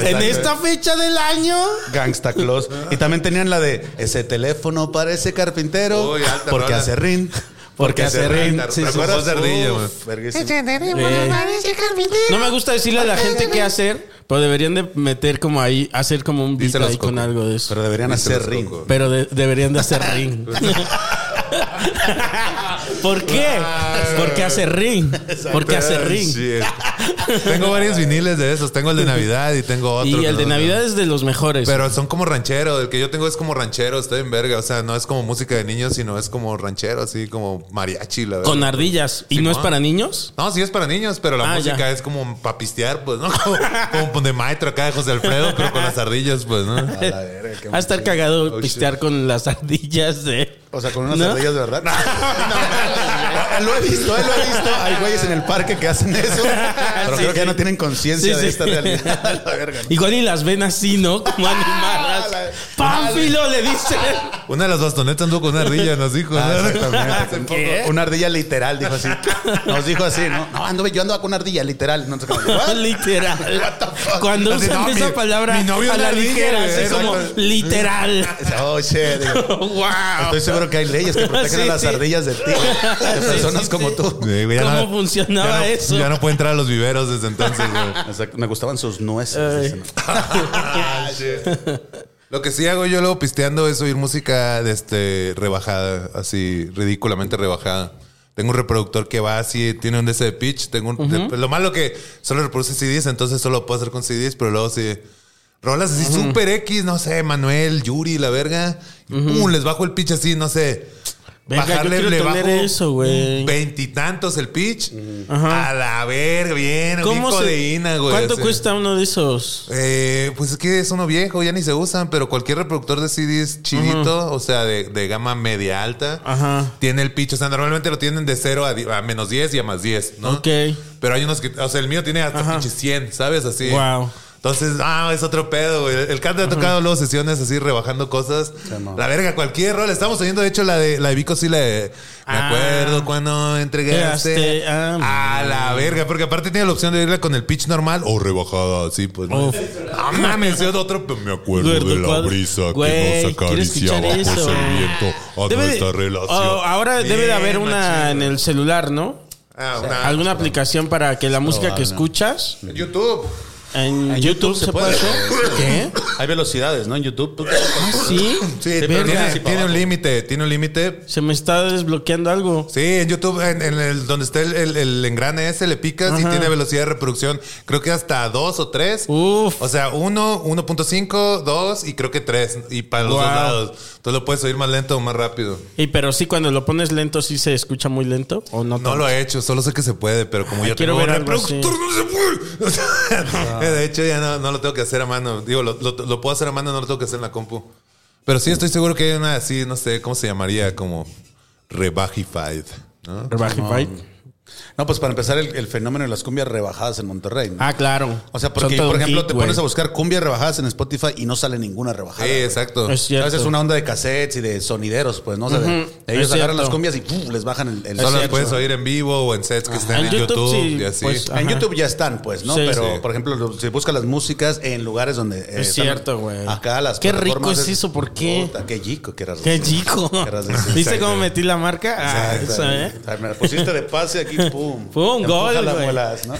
[laughs] Exacto.
esta fecha del año.
Gangsta Claus. Y también tenían la de ese teléfono parece carpintero.
Uy, alta
porque
rola.
hace rin. Porque hace rin.
Pero
Sí, sí,
con
sí.
voz de ardilla, güey.
Uf, verguísima.
Encenderemos
Sí.
la nariz de carpintero.
No me gusta decirle a la gente qué hacer, pero deberían de meter como ahí, hacer como un beat
Díselos,
ahí con
Coco.
algo de eso.
Pero deberían hacer rin.
Coco.
Pero de- deberían de hacer ring. ¿Por qué? Porque hace ring. Porque hace ring. [laughs]
Shit. Ah, Tengo varios viniles de esos. Tengo el de Navidad y tengo otro.
Y
que
el de
no-
Navidad es de los mejores.
Pero son como ranchero. El que yo tengo es como ranchero. Está en verga. O sea, no es como música de niños, sino es como ranchero, así como mariachi, la verdad.
Con ardillas. ¿Y no es
Simón.
para niños?
No, sí es para niños, pero la
Ah,
música
ya.
es como para pistear, pues, ¿no? [laughs] Como, como de maestro acá de José Alfredo, pero con las ardillas, pues, ¿no?
A la verga, qué
Va a estar cagado
Oh,
pistear con las ardillas de.
O sea, con unas
¿No?
ardillas de verdad. lo he visto, eh, lo he visto. Hay güeyes en el parque que hacen eso. Pero
Sí,
creo que ya
sí.
no tienen
Sí,
conciencia de
sí.
esta realidad. [laughs] La verga.
Igual y las ven así, ¿no? Como animadas.
la-
¡Pánfilo! Le dicen.
Una de las bastonetas anduvo con una ardilla, nos dijo.
Ah,
¿no? [laughs]
exactamente.
¿Qué?
Una ardilla literal, dijo así. Nos dijo así, ¿no? No, ando, yo andaba con una ardilla literal. No sé cómo.
[laughs] literal.
fuck?
Cuando
Así,
usan
no,
esa
mi-
palabra
mi novio
a
es
la
ardilla,
ligera, así
exacto.
como literal.
Oh, shit. Digo,
[laughs] ¡Wow!
Estoy seguro que hay leyes que protegen a
Sí,
las
sí.
ardillas de ti, de
Sí,
personas
sí,
como
sí.
tú.
Sí, güey, ya
¿Cómo
no-
funcionaba
ya no-
eso?
Ya no puede entrar a los viveros desde entonces, güey.
Exacto, Me gustaban sus nueces.
Ay.
dicen.
Ah, shit. Lo que sí hago yo luego pisteando es oír música de este rebajada, así ridículamente rebajada. Tengo un reproductor que va así, tiene un DC de pitch. Tengo un- lo malo que solo reproduce CDs, entonces solo lo puedo hacer con CDs, pero luego sí. Rolas así super X, no sé, Manuel, Yuri, la verga. Y pum, les bajo el pitch así, no sé.
Venga, yo quiero tener eso, güey.
Veintitantos el pitch. A la verga, bien. bien codeína, güey.
¿Cuánto
así.
cuesta uno de esos?
Eh, pues es que es uno viejo, ya ni se usan, pero cualquier reproductor de CDs chidito, o sea, de, de gama media alta,
Ajá.
tiene el pitch. O sea, normalmente lo tienen de 0 a, di- a menos 10 y a más 10, ¿no?
Ok.
Pero hay unos que, o sea, el mío tiene hasta pinche 100, ¿sabes? Así.
Wow.
Entonces, ah, es otro pedo, güey. El Cante ha tocado luego sesiones así, rebajando cosas.
no.
La verga, cualquier rol. Estamos oyendo, de hecho, la de, la de Vico, sí, la de. Me
Ah.
acuerdo cuando entregaste.
Quedaste, ah,
a la verga, porque aparte tiene la opción de irla con el pitch normal o rebajada, así, pues. No,
Uf.
Ah, mames, es otro. pero Me acuerdo
Eduardo
de la
Cuadro.
brisa
Güey,
que nos
quiero escuchar
acariciaba por el
eso.
viento a
Debe de-
nuestra relación.
Oh, ahora debe de
Bien,
haber una
machín.
en el celular, ¿no?
Ah,
O sea,
una-
alguna aplicación para que la música que escuchas
en YouTube.
en, YouTube, se, puede hacer.
[laughs]
¿Qué?
Hay velocidades, ¿no? En YouTube. tú-
Ah, Sí.
Sí,
pero
pero
tiene-
tiene, tiene un límite, tiene un límite.
Se me está desbloqueando algo.
Sí, en YouTube, en, en el, donde está el, el- el engrane ese, le picas y tiene velocidad de reproducción, creo que hasta dos o tres.
Uf.
O sea, uno, 1.5, dos y creo que tres. Y para los
Wow.
dos lados. Entonces lo puedes oír más lento o más rápido.
Y pero sí, cuando lo pones lento, sí se escucha muy lento. O no,
No
tanto?
lo he hecho, solo sé que se puede, pero como yo
quiero
tengo
ver
un
algo así.
reproductor, no se puede. [laughs] O sea, De hecho, ya no, no lo tengo que hacer a mano. Digo, lo, lo- lo puedo hacer a mano, no lo tengo que hacer en la compu. Pero sí estoy seguro que hay una así, no sé, ¿cómo se llamaría? Como Rebajified, ¿no?
Rebajify.
No, pues para empezar, el, el fenómeno de las cumbias rebajadas en Monterrey. ¿no?
Ah, claro.
o sea, porque,
Son todo
por
un
ejemplo,
hit,
te pones
güey.
a buscar cumbias rebajadas en Spotify y no sale ninguna rebajada.
Sí, exacto.
Es
A
cierto.
veces es una onda de cassettes y de sonideros, pues, ¿no? O sea, de-
Ujú,
ellos
es cierto.
agarran las cumbias y ¡puf! les bajan el, el-
Es
Solo las
cierto.
puedes oír en vivo o en sets que están en,
En
YouTube,
YouTube, sí,
y así.
pues,
En
Ajá.
YouTube ya están, pues, ¿no?
Sí,
Pero,
sí.
por ejemplo, lo- si buscas las músicas en lugares donde. eh,
Es
están
cierto, güey.
Acá las.
Qué rico
plataformas
es eso, ¿por qué?
Puta, qué chico, qué raro.
Qué
[laughs]
chico.
Querrás
[laughs]
decir.
¿Viste cómo metí la marca? Ah,
Exacto.
eso, ¿eh?
Ay, Me la pusiste de pase
[laughs]
aquí, pum.
Pum,
Empuja
gol,
las
güey. [laughs]
muelas, ¿no?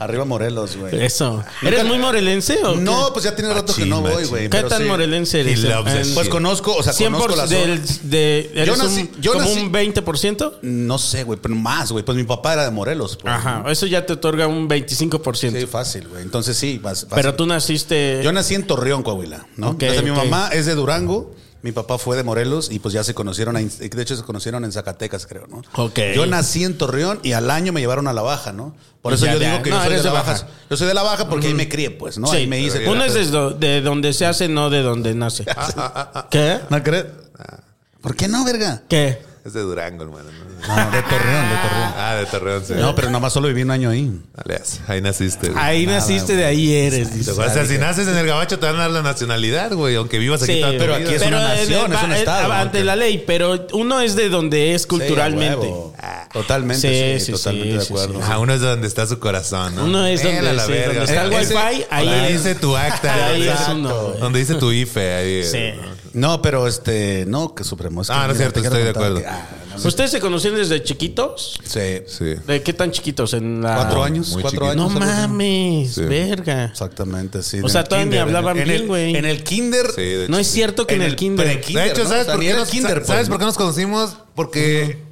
Arriba Morelos, güey.
Eso. ¿Eres muy morelense o qué?
No, pues ya tiene rato que
Machín,
no voy,
machín.
güey.
¿Qué
pero
tan
sí.
morelense eres? eh?
He loves
En-
that shit.
Pues conozco, o sea,
100%
conozco la zona.
del, de, eres
Yo nací-
un,
yo
como
nací-
un 20%.
No sé, güey, pero más, güey. Pues mi papá era de Morelos, pues.
Ajá, eso ya te otorga un 25%.
Sí, fácil, güey. Entonces sí, más fácil.
pero tú naciste
Yo nací en Torreón, Coahuila, ¿no?
Eh, Ok,
Entonces,
ok.
mi mamá es de Durango, mi papá fue de Morelos y pues ya se conocieron, ahí- de hecho se conocieron en Zacatecas, creo, ¿no?
Ok.
Yo nací en Torreón y al año me llevaron a La Baja, ¿no? Por
Y
eso
ya
yo
de-
digo que
no,
yo soy de
eres
La
de
Baja.
Baja.
Yo soy de La Baja porque ahí me crié, pues, ¿no?
Sí.
Ahí me hice.
Uno es de, do- de donde se hace, no de donde nace.
[laughs]
¿Qué?
¿No crees? Ah. ¿Por qué no, verga?
¿Qué?
Es de Durango, hermano. ¿no?
No, de Torreón, de Torreón.
Ah, de Torreón, sí.
No, pero nomás solo viví un año ahí.
Dale, as- ahí naciste. güey.
Ahí naciste, de ahí eres. dice.
O sea, si naces en el gabacho te van a dar la nacionalidad, güey, aunque vivas aquí
Sí,
toda tu
pero
vida.
aquí es una nación,
eh,
es un
eh,
estado,
Ante
aunque-
la ley, pero uno es de donde es culturalmente.
Sí, a huevo. Totalmente,
Sí,
sí,
sí,
totalmente
sí,
de
sí,
acuerdo.
Ah, uno es donde está su corazón, ¿no?
Uno es donde-
Él a la
sí,
verga.
donde está el
Ese-
wifi, ahí
donde
es-
dice tu acta.
ahí es
Exacto.
uno, güey.
Donde dice tu IFE. Ahí,
Sí.
¿no?
No, pero este, no, que supremo. es que
Ah, no es
mira,
cierto,
te quiero
estoy de
contar
acuerdo.
que- ah, no,
¿Ustedes se conocieron desde chiquitos?
sí.
Sí.
¿De qué tan chiquitos? En la...
Cuatro años,
muy
cuatro
chiquito.
años.
No
algo así.
mames,
Sí.
verga.
Exactamente, sí.
O
en
sea,
el
todavía ni
kinder,
hablaban
en el-
bien, güey.
En el kinder.
Sí, de
No
hecho,
es cierto que en el, kinder.
pre-kinder,
de hecho,
¿no? O
¿sabes,
sea,
por,
ni
qué
era
nos,
kinder,
¿sabes
pues.
por qué nos conocimos? Porque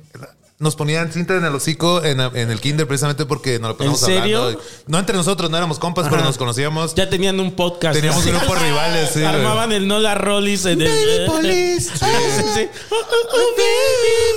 nos ponían cinta en el hocico en, en el kinder precisamente porque nos lo poníamos
¿En serio?
hablando. No entre nosotros, no éramos compas, pero
Ajá.
nos conocíamos.
Ya tenían un podcast.
Teníamos
Sí.
grupos rivales, sí, güey.
Armaban el Nola Rollis en el.
Baby police.
[laughs] Sí, sí, sí. Oh, oh, oh,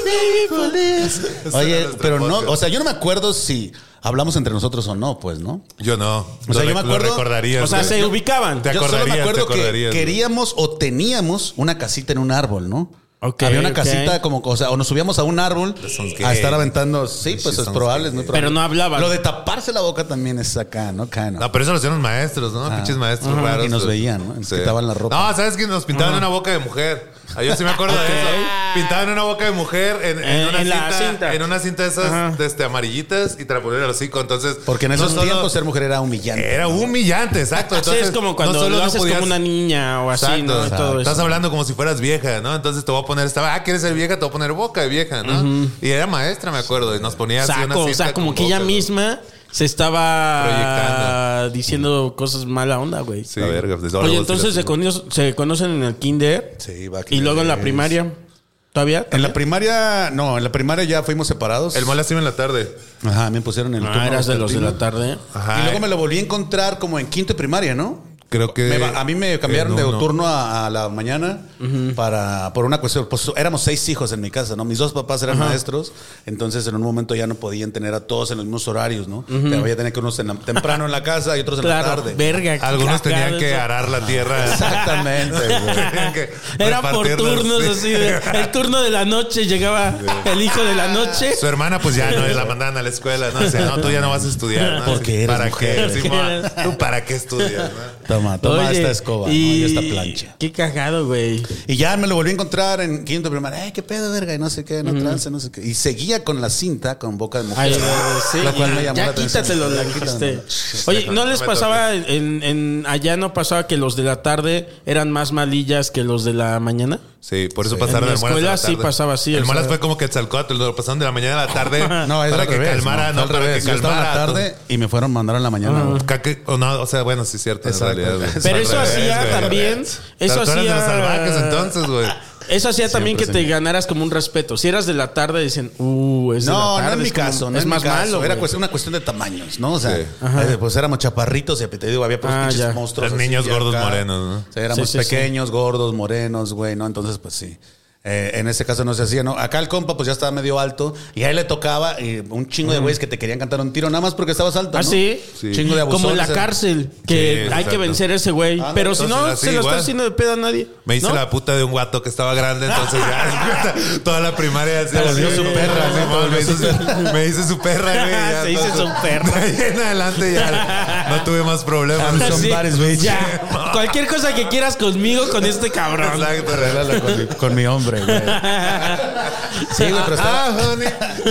baby, baby police.
Ese era
Oye,
nuestro
pero no,
podcast.
o sea, yo no me acuerdo si hablamos entre nosotros o no, pues, ¿no?
Yo no.
O sea,
Lo
yo me
rec- lo
acuerdo-
recordarías,
O sea,
güey.
se ubicaban.
Te
Yo solo me
acordarías, te
acuerdo que
acordarías, güey.
queríamos o teníamos una casita en un árbol, ¿no?
Ok,
Había una
ok.
casita como, o sea, o nos subíamos a un árbol
Son
a
gay.
estar aventando. Sí,
Sí,
pues es
son
probable,
gay.
es muy probable.
Pero no hablaban.
Lo de taparse la boca también es acá, ¿no? Acá, ¿no?
No, pero eso lo hacían los maestros,
Ah.
¿no? Pinches maestros raros.
Y nos
güey.
veían, ¿no? Nos quitaban la ropa.
No, ¿sabes que Nos pintaban una boca de mujer. Ah, Yo sí me acuerdo de eso. Pintaban una boca de mujer en, en
Eh,
una
en la
cinta,
cinta.
En una cinta de esas de este, amarillitas y te la ponían al hocico. Entonces.
Porque en
no
esos
solo-
tiempos ser mujer era humillante.
Era humillante, exacto.
Sí,
Entonces,
es como cuando
no solo
lo
no
haces
podías-
como una niña o así,
Exacto,
¿no? Y
exacto.
todo
Estás
eso.
hablando como si fueras vieja, ¿no? Entonces te voy a poner esta. Ah, ¿quieres ser vieja? Te voy a poner boca de vieja, ¿no? Y era maestra, me acuerdo. Y nos ponía así una
Saco, o sea,
cinta
como
con
que ella
boca, ¿no?
misma se estaba
Proyectando.
diciendo cosas mala onda, güey.
Sí, verga. pues, ahora
Oye,
vos sí las-
entonces se, cono- se conocen en el kinder.
Sí, va,
Y luego en la
es-
primaria. ¿Todavía? Ah,
En la primaria, no, en la primaria ya fuimos separados.
El mole así en la tarde.
Ajá, me pusieron el turno
Ah, eras de los de la
vespertino. [laughs]
tarde.
Ajá.
Y luego me lo volví a encontrar como en quinto y primaria, ¿no?
Creo que.
Me va- a mí me cambiaron
eh,
en
de
uno.
turno a, a la mañana para por una cuestión. Pues éramos seis hijos en mi casa, ¿no? Mis dos papás eran maestros, entonces en un momento ya no podían tener a todos en los mismos horarios, ¿no? Te Había tener que unos en la- temprano en la casa y otros en la
Claro,
tarde.
verga. qué
Algunos tenían
cagado
que
eso.
arar la tierra.
Exactamente. güey.
[laughs]
[laughs]
Tenían que
Era por
repartirlas, [laughs]
turnos
sí.
así. de- el turno de la noche llegaba el hijo de la
[laughs]
noche.
Su hermana, pues ya no la mandaban a la escuela, ¿no? O sea, no, tú ya no vas a estudiar, ¿no?
Porque eres
¿Para
mujer.
qué?
[laughs]
Simón? ¿Tú para qué estudias, no?
Toma, toma
Oye,
esta escoba,
y-
¿no? Y esta plancha.
Qué cagado, güey.
Y ya me lo volví a encontrar en quinto primaria. Ay, qué pedo, verga, y no sé qué, no trance, no sé qué. Y seguía con la cinta con boca de mujer.
Ay, sí,
Lo cual me llamó la
ya
atención.
quítatelo,
[laughs]
la
Quítamelo.
quitaste. Oye, ¿no
No
les
me
pasaba en, en- allá no pasaba que los de la tarde eran más malillas que los de la mañana?
Sí, por eso
En
pasaron
la
el Muelas a la
escuela sí
tarde.
pasaba así,
El
o
Muelas
sea.
fue como que el Salcoatl, lo pasaron de la mañana a la
[laughs]
tarde
No, es
para
al
que
revés,
calmara,
no,
¿no?
Fue al
Para
revés.
que
Yo estaba en
calmara.
la tarde y me fueron a mandar en la mañana. güey.
Caque- o no, o sea, bueno, sí es cierto,
Exacto.
en realidad. güey.
Pero
Al
eso
revés,
hacía
güey, al
también-
revés.
eso
O sea, tú eras de los
hacía-
salvajes entonces, güey.
Eso hacía también que
Siempre,
te ganaras como un respeto. Si eras de la tarde, dicen, uh, es de la
No, no
tarde,
es mi
como-
caso, no
es
es mi
más
caso.
malo.
Era
güey.
cuestión- una cuestión de tamaños, ¿no? O sea,
Sí.
eh, pues éramos chaparritos y te digo, había puros
Ah,
pinches
ya.
monstruos.
Los
así,
niños
y
gordos
acá.
morenos, ¿no?
O sea, éramos
Sí, sí, sí.
pequeños, gordos, morenos, güey, ¿no? Entonces, pues sí. Eh, en ese caso no se hacía, ¿no? Acá el compa pues ya estaba medio alto y ahí le tocaba eh, un chingo de güeyes que te querían cantar un tiro nada más porque estabas alto. ¿no?
¿Ah, sí?
Sí.
Chingo de abusones.
Como en la cárcel, que
Sí,
hay que
exacto.
vencer a ese güey.
Ah, no,
Pero si no,
entonces,
se lo
así,
está
igual.
haciendo de pedo a nadie.
Me hice
¿no?
la puta de un guato que estaba grande, entonces
[laughs]
ya [laughs] toda la primaria así,
Te volvió su perra,
sí,
¿no?
mamá, me, hice su, [laughs] me hice su perra,
[laughs]
güey. ya,
[laughs] Se hizo
entonces,
su perra.
[laughs] De ahí en adelante ya no tuve más problemas.
Sí.
[laughs]
bares, güey.
Ya. Cualquier cosa que quieras conmigo con este cabrón.
Exacto,
Arréglalo con, mi- con mi hombre,
[laughs]
güey. Sí, güey, pero estaba,
Ah, honey.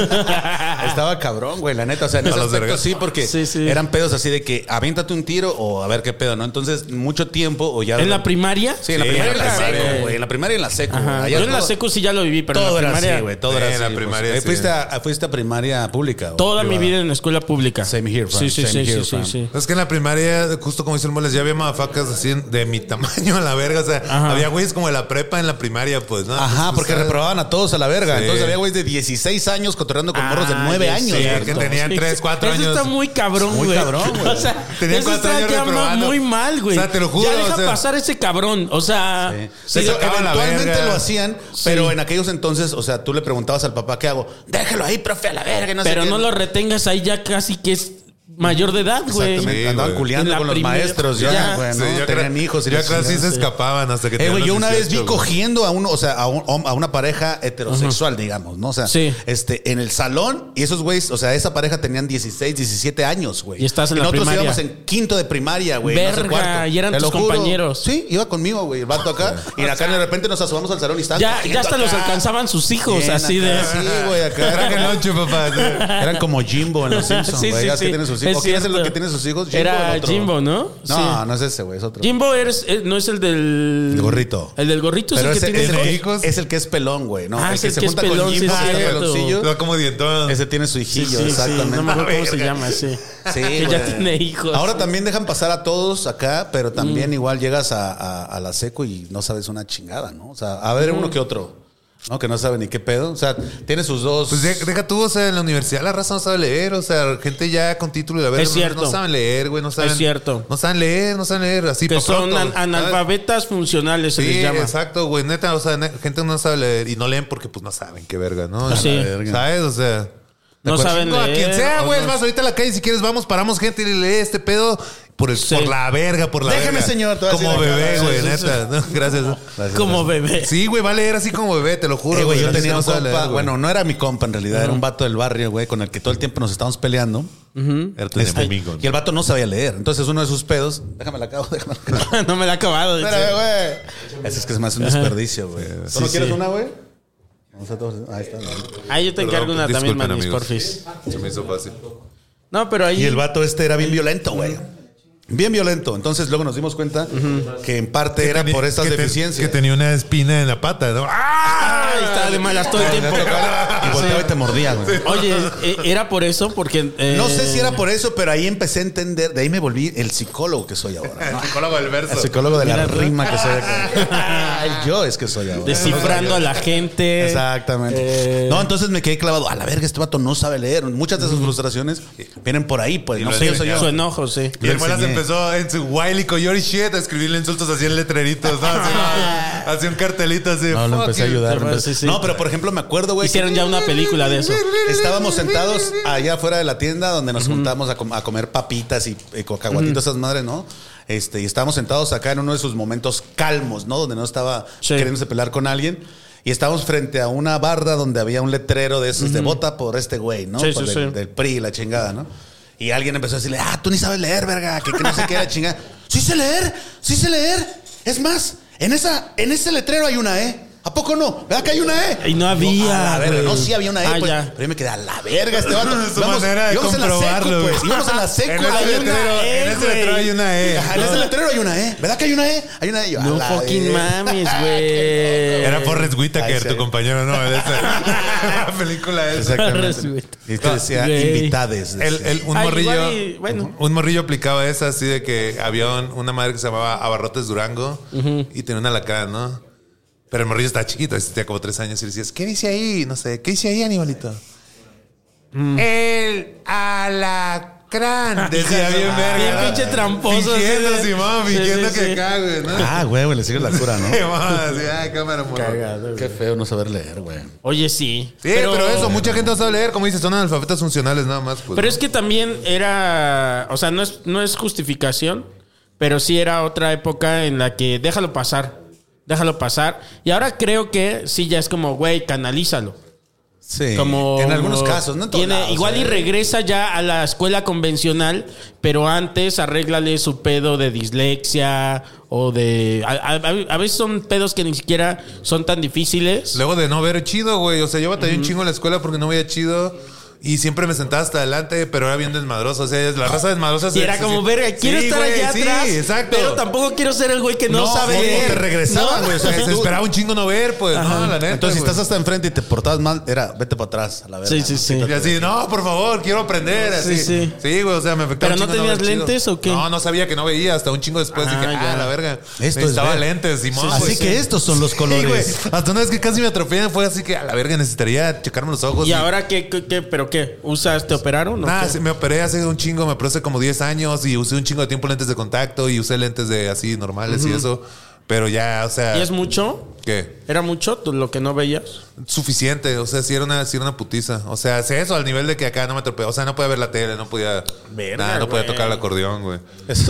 [laughs] estaba cabrón, güey, la neta. O sea, en
A
ese
los
aspecto
vergas.
sí, porque
Sí, sí.
eran pedos así de que aviéntate un tiro o a ver qué pedo, ¿no? Entonces, mucho tiempo o ya.
¿En la primaria?
Sí, en la
Sí,
primaria y en la
claro.
seco, güey. En la primaria y en la seco.
Ajá.
güey. Allá
Yo en la
todo-
secu sí ya lo viví, pero
Todo
en la
era
primaria.
así, güey. Todo
Sí,
era
en
así.
la
pues.
primaria,
Eh,
sí.
Fuiste a, fuiste a primaria pública. o
toda mi
privada?
vida en la escuela pública.
Same here, fam.
Sí, sí,
Same
sí,
here,
sí, sí,
fam.
sí.
Es que en la primaria, justo como dice el Moles, ya había mafacas así de mi tamaño [laughs] a la verga. O sea,
Ajá.
había güeyes como de la prepa en la primaria, pues, ¿no?
Ajá,
Entonces,
porque
¿sabes?
reprobaban a todos a la verga.
Sí.
Entonces había güeyes de 16 años cotorreando con morros de
Ah,
9
ya
años.
sé,
Sí,
güey.
que tenían
Sí, [laughs]
3,
sí.
4 años.
Eso está muy cabrón, güey.
Muy cabrón, güey.
O sea,
Tenía
eso
cuatro
está
años
ya ma-
reprobando.
muy mal, güey.
O sea, te lo juro,
Ya deja
o sea.
pasar ese cabrón. O sea,
Sí,
sí,
Se sacaba la
eventualmente
verga.
lo hacían, pero en aquellos entonces, o sea, tú le preguntabas al papá, ¿qué hago? Déjalo ahí, profe, a la verga. y No
pero
sé
no
qué.
lo retengas ahí ya casi que es mayor de edad, güey.
Exactamente.
Sí,
Andaban
güey.
En
culiando
la
con los
primera-
maestros ya,
Ya.
güey.
Sí,
¿no?
ya
Tenían
cra-
hijos y
Ya
la chingada.
casi se escapaban hasta que
Eh, güey,
tenían
yo una vez
18,
vi
güey.
cogiendo a uno, o sea, a, un hom- a una pareja heterosexual, digamos, ¿no? O sea,
Sí.
este, en el salón, y esos güeyes, o sea, esa pareja tenían 16, 17 años, güey.
Y estás en la
nosotros
primaria.
íbamos en quinto de primaria, güey. no sé
Verga,
cuarto.
y eran
Te
tus
lo juro.
compañeros.
Sí, iba conmigo, güey, el vato acá. y acá de repente nos asomamos al salón y estaban
Ya,
cogiendo
ya hasta los
acá.
alcanzaban sus hijos,
Bien,
así de.
acá, Sí, güey, acá.
Era que noche, papá.
Eran como Jimbo en los
[laughs]
Simpsons,
Sí,
güey.
sí,
ya
sí.
que tienen sus hijos.
Es
¿O quién es el
cierto.
que tiene sus hijos?
Era
el otro?
Jimbo, ¿no?
No,
Sí.
no es ese, güey, es otro.
Jimbo eres- eh, no es el del.
El gorrito.
El del gorrito
Pero
es el
ese,
que
es,
tiene
el que-
hijos.
hijos.
es el que es pelón, güey, ¿no?
Ah,
el
es
que
el
se
que es
junta
pelón,
con
sí,
Jimbo,
es
que tiene
cierto.
peloncillo.
Estaba como dientón.
Ese tiene su
Sí,
hijillo,
sí, sí.
exactamente.
No me acuerdo
[laughs]
cómo se
Verga.
llama, sí.
Sí,
[laughs] Que ya
güey.
tiene hijos. Mm.
Ahora también dejan pasar a todos acá, pero también igual llegas a, a- a la seco y no sabes una chingada, ¿no? O sea, a ver
Mm.
uno que otro, ¿no? Que no sabe ni qué pedo. O sea, tiene sus dos.
Pues de- deja tú, o sea, en la universidad la raza no sabe leer, o sea, gente ya con título de la verga
Es
no-
cierto.
no saben leer, güey, no saben.
cierto.
No saben leer, no saben leer, así
Que
pa'
son
pronto,
an-
¿sabes?
analfabetas funcionales, se
Sí,
les llama.
exacto, güey, neta, o sea, ne- gente no sabe leer y no leen porque pues no saben qué verga, ¿no?
Sí.
La verga. ¿Sabes? O sea,
No saben
chingo
leer.
a quien sea, güey, es
no.
más ahorita a la calle si quieres vamos, paramos gente y lee este pedo por el
Sí.
por la verga, por la
Déjeme,
verga.
señor, te voy a
como
decir la
bebé,
cara.
güey,
Sí, sí,
neta. ¿no? [laughs] Gracias.
Como bebé. [laughs]
Sí, güey, va a leer así como bebé, te lo juro.
Eh, güey, yo
la gente
tenía
no
un
sabe
compa,
leer, güey.
bueno, no era mi compa en realidad, era un vato del barrio, güey, con el que todo el tiempo nos estábamos peleando.
Era tu
Este,
enemigo, ¿no?
y el vato no sabía leer. Entonces uno de sus pedos, déjame la acabo, [laughs] déjame la acabo.
no me la he acabado. dice.
Espérame, güey. Eso es que se me hace un desperdicio, güey. ¿Tú
Sí,
no quieres
sí.
una, güey? Vamos a todos- Ahí está. güey.
Ahí yo te encargo
Perdón,
una también,
disculpen,
Manis,
amigos.
porfis.
Se me hizo fácil.
No, pero ahí.
Y el vato este era bien violento, güey. Bien violento. Entonces luego nos dimos cuenta que en parte era
Tenía-
por estas
que te-
deficiencias.
que tenía una espina en la pata, ¿no? ¡Ah!
Ay, estaba de malas todo el
Te
tiempo.
tocaba Y volteaba y te mordía, güey.
[laughs] Oye, eh, era por eso, porque. eh,
No sé si era por eso, pero ahí empecé a entender. De ahí me volví el psicólogo que soy ahora. ¿no?
Ah, Psicólogo del verso.
El psicólogo de la
Mira,
rima que soy. acá. [laughs] El yo es que soy ahora.
Descifrando a la gente.
Exactamente.
Eh,
No, entonces me quedé clavado. A la verga, este vato no sabe leer. Muchas de sus frustraciones vienen por ahí, pues.
Y
No
lo
sé, yo soy
enseñaste.
yo.
Su enojo, sí.
Y
Lo
el Molas
enseñé.
empezó en su Wiley Coyote shit a escribirle insultos así en letreritos, ¿no?
[laughs]
Así, ¿no? Así un cartelito así.
No, lo
fuck
empecé a
you.
ayudar.
Sí, sí, sí.
No, pero por ejemplo, me acuerdo, güey. que-
Hicieron ya una película de eso.
Estábamos sentados allá afuera de la tienda donde nos juntamos a, com- a comer papitas y, eh, co- cacahuatitos, esas madres, ¿no? Este, y estábamos sentados acá en uno de sus momentos calmos, ¿no? Donde no estaba
Sí.
queriéndose pelear con alguien. Y estábamos frente a una barda donde había un letrero de esos de bota por este güey, ¿no?
Sí,
Por
sí,
del,
sí.
del PRI, la chingada, ¿no? Y alguien empezó a decirle, ah, tú ni sabes leer, verga, que, que no sé qué
[laughs]
la chingada. Sí sé leer, sí sé leer. Es más, en, esa, en ese letrero hay una E. ¿A poco no? ¿Verdad que hay una E?
Y no
Yo,
había,
"A la verga,
güey.
no, sí había una E.
Ah,
pues".
ya.
Pero yo me quedé a la verga este vato.
[laughs] Es su
Íbamos-
manera de
íbamos en la secu,
comprobarlo,
pues.
güey.
Íbamos en la secu.
En
hay
ese
una
letrero,
E,
en ese
güey.
letrero hay una E.
Ajá, En ese letrero hay una E. ¿Verdad que hay una E? Hay una E. Yo, a
No
la
fucking
verga. [laughs]
mames, güey.
Era Forrest Whitaker,
Ay, sí.
tu compañero, ¿no? De esa [laughs] película esa.
Exactamente.
Resulta.
Y te decía
Ah, Güey.
invitades.
El, el- un
Ay,
morrillo.
igual y- bueno.
Un morrillo aplicaba esa así de que había un- una madre que se llamaba Abarrotes Durango y tenía una lacada, ¿no? Pero el morrillo estaba chiquito, así, tenía como tres años y le decías, ¿qué dice
Mm.
ahí? No sé, ¿qué dice ahí, animalito? El a la
Ah,
alacrán. Decía bien verga.
Bien
¿no?
pinche tramposo,
Fingiendo,
así de-
Simón,
Sí,
fingiendo
sí,
que
sí.
acá, güey, ¿no?
Ah, güey, güey, le sigues la cura,
[laughs]
¿no?
Simón, así, ay, cámara, morro.
Qué feo no saber leer, güey.
Oye, sí.
Sí, pero, eso,
pues,
mucha gente no sabe leer, como dices, son analfabetas funcionales nada más. Pues,
Pero es que también era, o sea, no es, no es justificación, pero sí era otra época en la que déjalo pasar, déjalo pasar. Y ahora creo que sí ya es como, güey, canalízalo.
Sí.
Como,
en algunos casos, ¿no? En todos
tiene-
lados,
igual
eh.
y regresa ya a la escuela convencional, pero antes arréglale su pedo de dislexia o de... A, a- a- a veces son pedos que ni siquiera son tan difíciles.
Luego de no ver chido, güey. O sea, yo batallé un chingo en la escuela porque no veía chido. Y siempre me sentaba hasta adelante, pero era bien desmadroso. O sea, la raza desmadrosa
Y era como, verga, quiero
Sí,
estar
güey,
allá
sí,
atrás,
exacto.
pero tampoco quiero ser el güey que no, sabe
o
leer.
te regresaban,
¿No?
güey. O sea, se esperaba
[laughs]
un chingo no ver, pues. No, la neta.
Entonces, si
güey.
estás hasta enfrente y te portabas mal, era vete para atrás, a la verdad.
Sí, sí, sí.
Y así, no, por favor, quiero aprender. Así.
Sí,
Sí,
sí.
güey, o sea, me afectaba.
¿Pero
un
no
chingo
tenías
ver chido.
lentes o qué?
No, no sabía que no veía. Hasta un chingo después
Ah,
dije, ah,
ya.
la verga.
es
necesitaba
ver.
lentes, Simón.
Sí, sí,
güey.
Así
sí.
que estos son los
Sí, güey.
colores.
Hasta una vez que casi me atropellan fue así que a la verga necesitaría checarme los ojos.
¿Y ahora qué, qué, qué? ¿Pero qué? ¿Usas, te operaron? o
Nada,
qué?
sí, me operé hace un chingo, me operé hace como 10 años y usé un chingo de tiempo lentes de contacto y usé lentes de así normales y eso. Pero ya, o sea.
¿Y es mucho?
¿Qué?
¿Era mucho tú lo que no veías?
Suficiente, o sea, si era una, sí era una putiza. O sea, hace eso al nivel de que acá no me atropelló. O sea, no podía ver la tele, no podía.
Verga,
nada, no podía
güey.
tocar el acordeón, güey.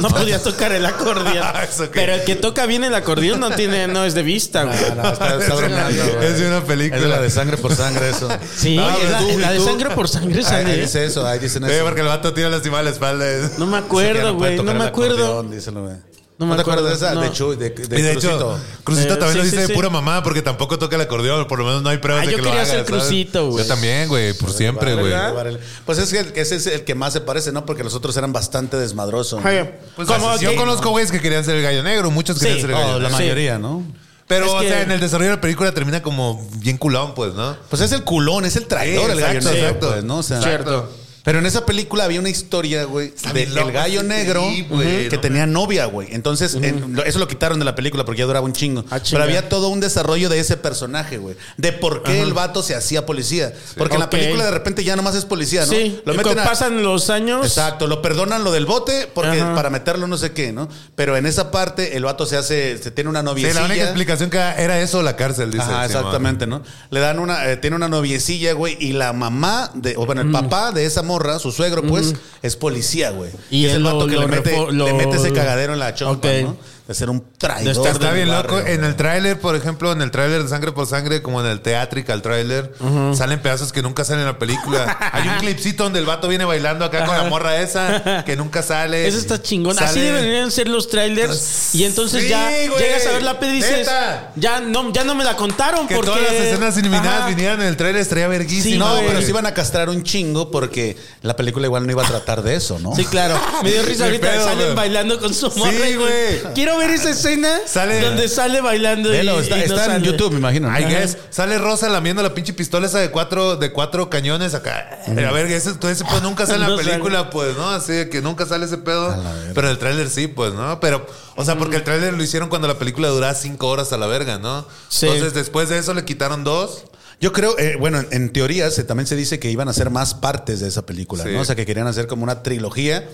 No podías tocar el acordeón.
[laughs] Eso que-
Pero el que toca bien el acordeón no tiene, no es
[laughs]
de vista, güey.
Está-
[laughs]
está bromeando, güey.
es de una película.
Es de la de sangre por sangre, eso.
Sí,
No, pero
la,
tú-
la de
tú-
sangre por sangre
Ahí, ahí
sale. ¿eh?
dice eso, ahí dicen
Sí,
eso.
porque el vato tira lastimada la espalda.
No me
Dice que
acuerdo,
no puede
güey. No,
tocar
me
el
acuerdo.
acordeón, díselo, güey.
No me
te acuerdas
acuerdo,
de esa?
no.
De Chuy, de, de,
Y de hecho,
Crucito.
Crucito
Eh,
también lo
sí,
dice
sí,
de
sí.
pura mamá porque tampoco toca el acordeón. Por lo menos no hay pruebas
Ah,
de
yo
que
quería
lo haga,
ser
¿sabes?
Crucito, güey.
Yo también, güey, por
Pues,
siempre, güey.
Varela, Varela. Pues es que el- ese es el que más se parece, ¿no? Porque los otros eran bastante desmadrosos. ¿no?
Oye,
Pues
como
así, yo
que-
conozco güeyes que querían ser el gallo negro, muchos querían
Sí.
ser el
Oh,
gallo
O la
negro.
Sí.
mayoría, ¿no?
Pero,
Es
o sea,
que-
en el desarrollo de la película termina como bien culón, pues, ¿no?
Pues es el culón, es el traidor,
Sí,
el gallo
exacto,
negro,
exacto.
pues, ¿no? O sea,
Cierto.
Pero en esa película había una historia, güey,
bien
del
loco
gallo
ese
negro
clip, güey,
que
no
tenía novia, güey. Entonces, en- lo- eso lo quitaron de la película porque ya duraba un chingo.
Ah,
pero
chinga.
había todo un desarrollo de ese personaje, güey. De por qué el vato se hacía policía. Porque en la
Ok.
película de repente ya nomás es policía, ¿no?
Sí,
lo
cuando
meten a-
pasan los años.
Exacto, lo perdonan lo del bote porque
Ajá.
para meterlo no sé qué, ¿no? Pero en esa parte el vato se hace, se tiene una
Sí,
noviecilla.
la única explicación que era eso, la cárcel, dice.
Ajá,
Simón.
exactamente, ¿no? Le dan una, eh, tiene una noviecilla, güey, y la mamá, de, o bueno, el papá de esa morra, su suegro, pues, es policía, güey.
Y
es
él
el vato
lo-
que
lo
le, mete,
refo- lo-
le mete ese cagadero en la chompa,
Ok.
¿no? De ser un traidor.
estar
Está
del
bien
barrio,
loco. En
güey.
el tráiler, por ejemplo, en el tráiler de Sangre por Sangre, como en el Theatrical tráiler, salen pedazos que nunca salen en la
[laughs]
película. Hay un clipcito donde el vato viene bailando acá con la morra esa, que nunca sale.
Eso está chingón. Así
Sale-
deberían ser los trailers. Y entonces
Sí,
ya
güey.
llegas a ver la peli y dices,
Neta.
ya no, ya no me la contaron
Que
porque
todas las escenas eliminadas
Ajá.
vinieran en el tráiler, estaría
Sí,
verguísima.
No,
güey.
pero sí iban a castrar un chingo porque la película igual no iba a tratar de eso,
Sí,
¿no? [laughs]
claro. Me dio
Qué
risa ahorita
pedo,
salen
güey.
bailando con su morra. y-
güey.
Quiero ver esa escena
Sale-
donde sale [laughs] bailando. y-
Velo,
y
está,
no
está en
sale.
YouTube, me imagino. ¿no?
I guess. Sale Rosa lamiendo la pinche pistola esa de cuatro, de cuatro cañones acá. A ver, ese, todo ese
[laughs]
pedo nunca sale en la
No sale.
película, pues, ¿no? Así de que nunca sale ese pedo.
la verga.
Pero en el tráiler sí, pues, ¿no? Pero, o sea, porque el tráiler lo hicieron cuando la película duraba cinco horas a la verga, ¿no?
Sí.
Entonces, después de eso le quitaron dos.
Yo creo, eh, bueno, en teoría se, también se dice que iban a hacer más partes de esa película,
Sí.
¿no? O sea, que querían hacer como una trilogía.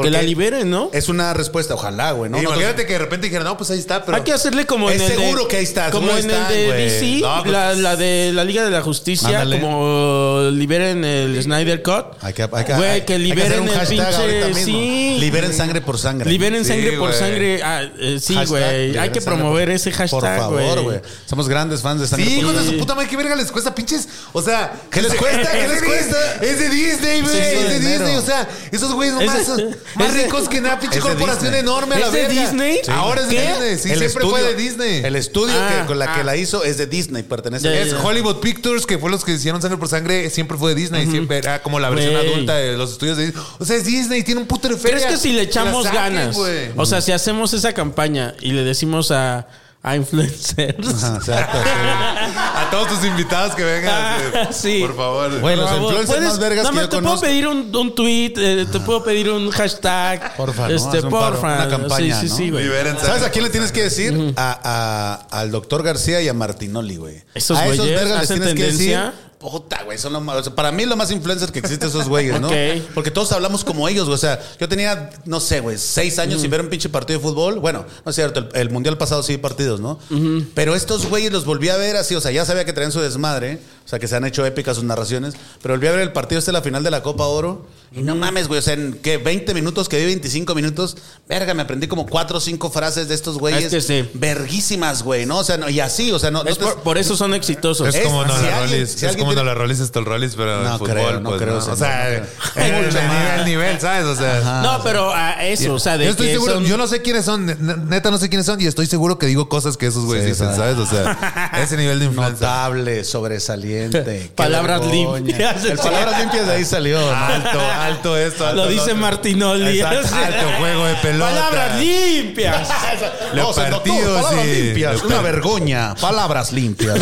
Que la liberen, ¿no?
Es una respuesta, ojalá, güey, ¿no?
Y
No,
imagínate que de repente dijeron, no, pues ahí está, pero.
Hay que hacerle como
Es
en el
seguro
de,
que ahí está,
Como
seguro
en
están,
el de
güey.
DC,
No, pues-
la, la de la Liga de la Justicia,
Ándale.
como liberen el Snyder Cut.
Hay que, hay que-
Güey,
hay-
que
hay
liberen
hacer un
el
hashtag
pinche-
ahorita mismo.
sí.
Liberen sangre por sangre.
Liberen
Sí,
sangre por
güey.
sangre. Ah, eh, sí,
Hashtag
güey. Hay
liberen
que
sangre
promover
por-
ese hashtag,
Por favor, güey. Somos grandes fans de sangre
Sí, hijos
por
de
sangre.
su puta madre, qué verga les cuesta, pinches. O sea,
¿Qué les
[laughs]
cuesta? ¿Qué les cuesta?
Es de Disney, güey.
Sí, sí,
es de
dinero.
Disney. O sea, esos güeyes nomás
Es-
son más
es de-
ricos que nada, pinche
es de
corporación
Disney.
enorme a la
¿Es de
verga.
Disney? Sí.
Ahora es de
¿Qué?
Disney. Sí,
El
siempre fue de
estudio-
Disney.
El estudio
Ah,
que, con la que
ah.
la hizo es de Disney, pertenece
Ya,
a
ya,
Es
Disney.
Hollywood Pictures, que fue los que hicieron Sangre por Sangre, siempre fue de Disney. Siempre era como la versión
Güey.
adulta de los estudios de Disney. O sea, es Disney, tiene un puto de
Pero
feria.
es que si le echamos
la saquen,
ganas,
güey.
o sea, si hacemos esa campaña y le decimos a, a influencers.
Ajá, exacto,
A todos tus invitados que vengan.
[laughs]
[laughs]
Ah, sí.
Por favor.
Güey, los
Por favor,
influencers más vergas
no,
que
me-
yo
te
conozco.
puedo pedir un, un tweet, eh, te puedo pedir un hashtag.
[laughs] Porfa, ¿no?
Este,
Haz un paro,
porfa.
una campaña,
sí, sí,
¿no?
sí, güey.
Liberen Sangre
¿Sabes a
por
quién le tienes
Sangre.
que decir? A- a- al doctor García y a Martinoli, güey.
Esos
a
güeyes hacen tendencia.
Puta, güey, son los más- o sea, para mí lo más influencer que existe esos güeyes,
[laughs]
¿no?
Ok.
Porque todos hablamos como ellos, güey. O sea, yo tenía, no sé, güey, seis años sin ver un pinche partido de fútbol. Bueno, no es cierto, el, el mundial pasado sí vi partidos, ¿no? Pero estos güeyes los volví a ver así, o sea, ya sabía que traían su desmadre, o sea, que se han hecho épicas sus narraciones, pero volví a ver el partido este, la final de la Copa Oro. Y no mames, güey, o sea, en que 20 minutos, que vi 25 minutos, verga, me aprendí como cuatro o cinco frases de estos güeyes.
que sí.
Verguísimas, güey, ¿no? O sea, no- y así, o sea, no. no
Es
te-
por, por eso son exitosos. Eh,
Es,
Es-
como
si
no la
alguien-
Rollis.
si
es
alguien
como
tiene-
no la Rollis está el Rollis, pero
No
en fútbol,
creo, no
pues,
creo,
¿no?
señor,
O sea, [laughs]
no creo.
era
Hay
el
mucho más.
nivel, nivel, ¿sabes? O sea.
no, pero a eso, o sea, de
yo estoy
que
seguro,
son-
yo no sé quiénes son, ne- neta no sé quiénes son y estoy seguro que digo cosas que esos güeyes
Sí,
dicen,
¿sabes?
¿sabes? O
[laughs]
sea, ese nivel de influencia.
Notable,
[laughs]
sobresaliente. qué
Palabras
vergüenza.
limpias.
El palabras limpias de ahí salió. ¿no?
Alto, alto esto, alto
lo dice
otro.
Martinoli. [laughs]
Exacto, alto juego de pelota.
Palabras
[laughs]
limpias.
Los
No, se notó,
partidos
palabras
y-
limpias.
los
Una
par-
vergoña.
[laughs]
Palabras limpias.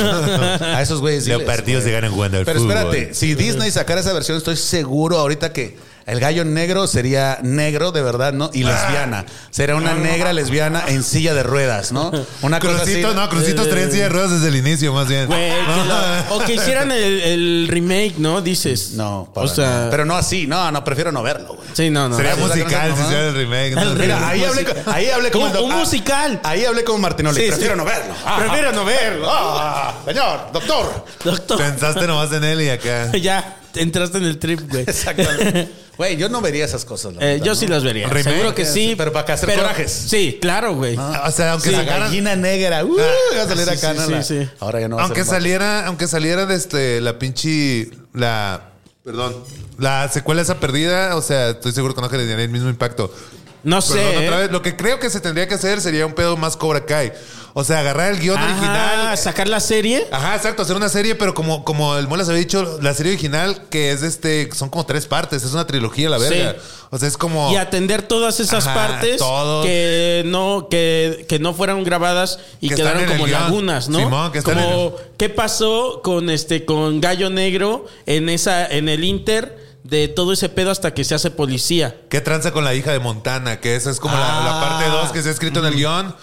A esos güeyes.
Los
diles,
partidos se
güey.
ganan jugando al
Pero
fútbol.
espérate, si Disney sacara esa versión, estoy seguro ahorita que el gallo negro sería negro de verdad, ¿no? Y
Ah.
lesbiana. Sería una negra lesbiana en silla de ruedas, ¿no? Una cosa así.
Crucitos, no,
eh,
Crucitos traen silla de ruedas desde el inicio, más bien.
Güey, que
No.
[laughs]
lo- o que hicieran el, el remake, ¿no? Dices.
No, para
o sea.
nada. pero no así, no, no, prefiero no verlo, güey.
sí, no, no.
[laughs] Sería
Gracias,
musical
gracias,
si
mamá.
hiciera el remake. ¿no?
El
[laughs] Mira, ahí hablé, con- ahí hablé como
Un-
el doc-
un
ah,
musical.
Ahí hablé con Martinoli.
Sí,
prefiero
sí.
no verlo.
Prefiero no
[laughs]
verlo.
Ah, señor, doctor.
Doctor,
Pensaste nomás en él y
[laughs]
acá.
[laughs] ya entraste en el trip, güey.
Exactamente. [laughs] Güey, yo no vería esas cosas.
[laughs]
la
Eh,
neta,
yo
¿no?
sí las vería.
Remake,
Seguro que sí.
sí, pero para que hacer corajes. Ah,
Sí, claro, güey.
O sea, aunque
La
sacaran-
gallina negra. Uh, va a salir
Sí,
acá.
sí,
¿no?
sí,
La-
sí.
Ahora ya no va a
aunque
ser-
saliera, aunque saliera desde la pinche la perdón, la secuela esa perdida, o sea, estoy seguro que no generaría el mismo impacto.
No sé.
Perdón, otra
¿eh?
vez, lo que creo que se tendría que hacer sería un pedo más Cobra Kai. O sea, agarrar el guión
Ajá,
original.
sacar la serie.
Ajá, exacto, hacer una serie, pero como, como el Molas había dicho, la serie original, que es este, son como tres partes, es una trilogía, la verga.
Sí.
O sea, es como.
Y atender todas esas
Oh. Ajá,
partes
todo.
que no que, que no fueron grabadas y
Que están
quedaron
en el
como
guión.
lagunas, ¿no?
Simón, que están
como
en
qué pasó con este con Gallo Negro en esa en el Inter de todo ese pedo hasta que se hace policía.
¿Qué tranza con la hija de Montana? Que esa es como la- la,
Ah.
parte 2 que se ha escrito en el guión.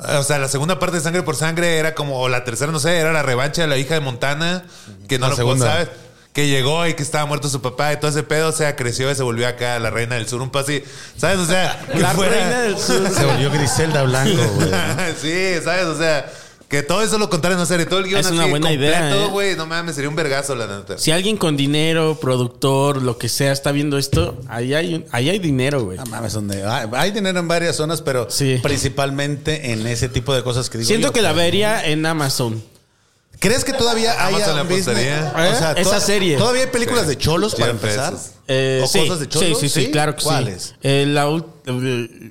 Eh, O sea, la segunda parte de Sangre por Sangre era como, o la tercera, no sé, era la revancha de la hija de Montana, que no
La
lo
segunda.
¿sabes? Que llegó y que estaba muerto su papá y todo ese pedo, o sea, creció y se volvió acá la reina del sur, un pasi, ¿sabes? O sea, que
[laughs] La
fuera-
reina
[laughs]
del sur.
[laughs] Se volvió Griselda Blanco, güey.
sí, ¿sabes? O sea, que todo eso lo contaran, no sé, todo el guión
Es una
así
buena idea,
completo,
¿eh?
güey, no mames, sería un vergazo la neta.
Si alguien con dinero, productor, lo que sea está viendo esto, ahí hay un- ahí hay dinero, güey.
No mames, donde hay, hay dinero en varias zonas, pero
Sí.
principalmente en ese tipo de cosas que digo.
Siento
yo,
que la
güey.
vería en Amazon.
¿Crees que todavía hay
Amazon le apostaría.
¿Eh? Esa serie.
Todavía hay películas de cholos para
100
empezar.
pesos.
Eh,
o
sí,
cosas de cholos.
Sí, sí, sí, claro que sí.
¿Cuáles?
Eh, la ult- eh,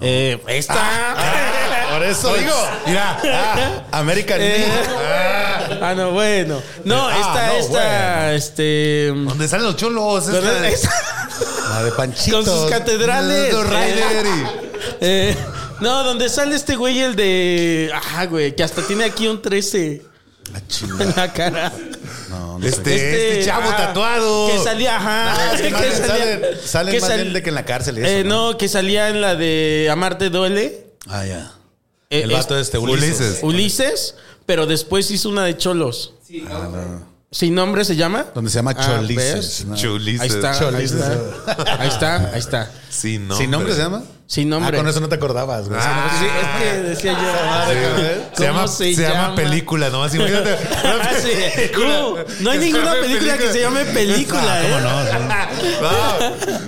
eh, esta.
Ah,
Ah,
[laughs]
Por eso digo, mira, ah, American
Eh.
Ninja.
Ah, no, bueno. No,
Ah,
esta,
no,
esta, este.
¿Dónde salen los cholos? Es
Con,
la de-
La de Panchito.
con sus catedrales.
Los Ryder
Eh,
y-
[laughs] eh, no, donde sale este güey, el de. Ajá, güey, que hasta tiene aquí un 13
Ah,
en
chinga.
la cara.
No, no
Este, este chavo
ah,
tatuado.
Que salía, [laughs] ajá.
Ah,
que
más bien
salía-
salen- salen
que
más bien
sal-
de que en la cárcel y eso,
Eh, no, que salía en la de Amarte Duele.
Ah, ya.
Eh,
El vato
es-
este, Ulises.
Ulises.
Ulises, pero después hizo una de Cholos. ¿Sin nombre se llama?
Donde se llama
Ah,
Cholices.
¿ves?
¿no?
Chulices.
Ahí está, ¿eh? ahí
Cholices.
está. Ahí está, ahí está.
Sí, no.
¿Sin nombre se llama?
Sin nombre.
Ah, con eso no te acordabas, güey.
Ah.
Sí, es que decía yo.
Se llama,
¿Cómo
se llama película, nomás imagínate.
[laughs] Ah, sí. Uh, no hay ninguna película que se llame película, ¿eh?
[laughs]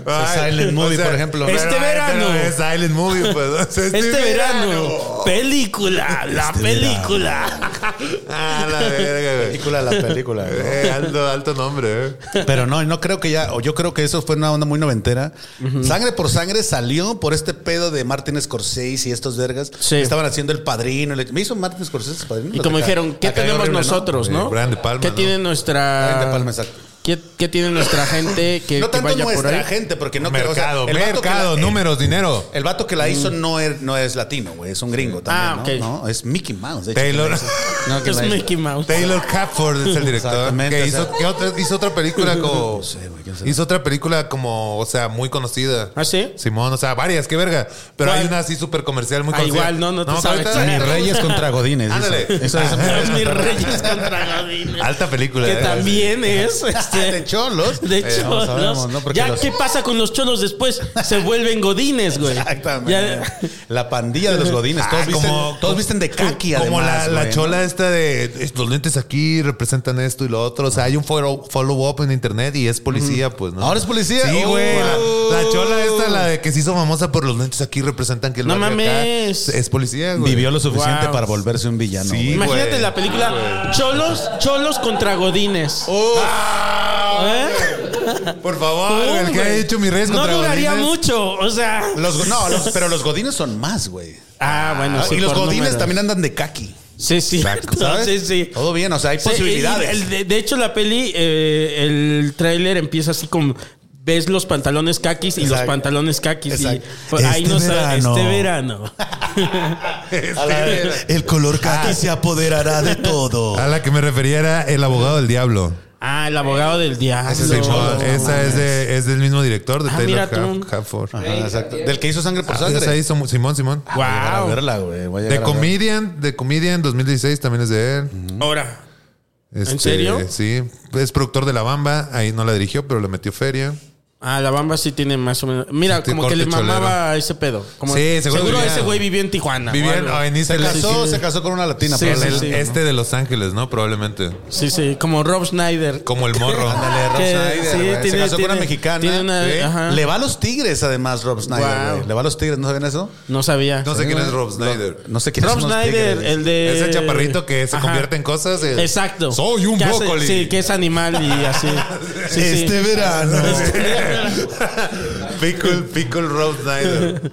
No,
Es Silent Movie, por ejemplo.
Este verano.
Es Silent Movie, pues. [laughs] o sea,
Este verano, película,
Este
la película.
Ah, la verga, güey.
Película, la película. ¿no?
Eh, alto, alto nombre, eh.
Pero no, no creo que ya, o yo creo que eso fue una onda muy noventera. Sangre por sangre salió por este pedo de Martin Scorsese y estos vergas.
Sí.
Estaban haciendo el padrino. le- ¿Me hizo Martin Scorsese el padrino?
Y como
Acá-
dijeron, ¿qué
acá
tenemos
horrible, ¿no?
nosotros,
Eh,
no?
Brian De Palma,
¿Qué
¿no?
tiene
Brian
nuestra.
De Palma, exacto.
¿Qué ¿Qué tiene nuestra gente que,
no
que
tanto
vaya por
nuestra
ahí?
gente, porque no creo, o sea,
mercado,
el vato que la-
mercado,
el-
números, dinero.
El vato que la hizo no es, no es latino, güey. Es un gringo
Mm. Ah,
también, ¿no?
ok.
¿no? Es Mickey Mouse, de hecho.
Taylor,
No, que
Es
la hizo.
Mickey Mouse.
Taylor Capford es el director.
Exactamente,
Que
o
hizo,
sea-
que otra, hizo otra película como.
sé, güey, quién será.
hizo otra película como, o sea, muy conocida.
¿Ah, sí?
Simón, o sea, varias, qué verga. Pero
¿Cuál?
hay una así súper comercial, muy
Ah,
conocida.
igual, no, no te
que
sabes
ahorita-
quién
Mis
[laughs]
Reyes contra Godines.
Ándale.
Eso, eso,
[laughs]
eso,
Los
[laughs]
mis reyes contra Godines.
Alta película.
Que
eh.
también
[laughs]
es. este,
De
[laughs]
cholos.
De
Eh, vamos a ver,
cholos.
vamos, ¿no? Porque
ya,
los-
¿qué pasa con los cholos después? Se vuelven godines, güey.
Exactamente.
Ya-
La pandilla de los godines. Todos,
Ah,
visten,
como-
todos visten de kaki,
Como
además,
la, la
güey, ¿no?
chola esta de "Es- los lentes aquí representan esto y lo otro. O sea, hay un follow- follow-up en internet y es policía, pues, ¿no?
Ahora es policía.
Sí,
Oh,
güey. la-
wow.
La, chola esta, la de que se hizo famosa por los lentes aquí representan que el
No
barrio acá
mames.
es policía, güey.
Vivió lo suficiente
Wow.
para volverse un
Sí,
villano. güey.
güey.
Imagínate la película Cholos, Cholos contra Godines.
Oh,
Ah, Por favor,
Hombre.
el que ha hecho mis redes
No
contra
duraría
Godínez. [laughs]
mucho, o sea.
Los- no, los- pero los godines son más, güey.
Ah, bueno, sí.
y los
por
godines
números.
también andan de
[laughs]
kaki.
Sí, sí.
¿sabes?
Sí, sí.
Todo bien, o sea, hay
Sí,
posibilidades.
y el- de, de hecho, la peli, eh, el tráiler empieza así como. Ves los pantalones caquis y los
Exacto.
pantalones caquis.
Exacto.
Y por ahí
Este
no sabe-
verano.
Este verano.
[laughs]
A la-
El color kaki se apoderará de todo.
Ah. A la que me refería era el abogado del diablo.
Ah, el abogado del diablo.
Ese es el- esa es, de- es del mismo director de
Ah, mira
Taylor
tú.
Haf- Hafford.
Ajá, exacto. Del que hizo sangre por
Ah, esa
sangre. Ah,
hizo Mu- Simón, Simón.
Voy a llegar a
Wow.
verla, güey. Voy a
The
llegar a verla.
Comedian, The Comedian 2016 también es de él.
Ahora.
Este,
serio?
Sí, es productor de La Bamba, ahí no la dirigió, pero le metió feria.
Ah, la bamba sí tiene más o menos. Mira,
Este
como que le
corte cholero.
mamaba ese pedo. Como-
Sí, seguro vivía-
ese güey vivió en Tijuana. o
Vivían
algo.
ah, en
Se
Isla-
casó,
sí.
se casó con una latina.
Sí,
en
probablemente.
el
sí.
este de Los Ángeles, ¿no? Probablemente.
Sí, sí, como Rob Schneider.
Como
[laughs]
el morro.
Ándale, Rob
Que-
Schneider,
sí,
güey. se
tiene-
casó
tiene-
con una mexicana.
tiene una-
¿sí?
ajá.
Le va a los Tigres, además, Rob Snyder.
Wow.
güey. Le va a los Tigres, ¿no saben eso?
No sabía.
No sé quién es Rob
No,
Snyder.
No sé quién
Rob
es
Snyder, el de.
Ese chaparrito que se
Ajá.
convierte en cosas. eh.
Exacto.
Soy un
Que hace-
brócoli. Este
sí, que es animal
[laughs]
y
[laughs]
así. Sí, sí. [laughs]
Este
Este
verano. [laughs]
Pickle, pickle Rob
[laughs]
Snyder.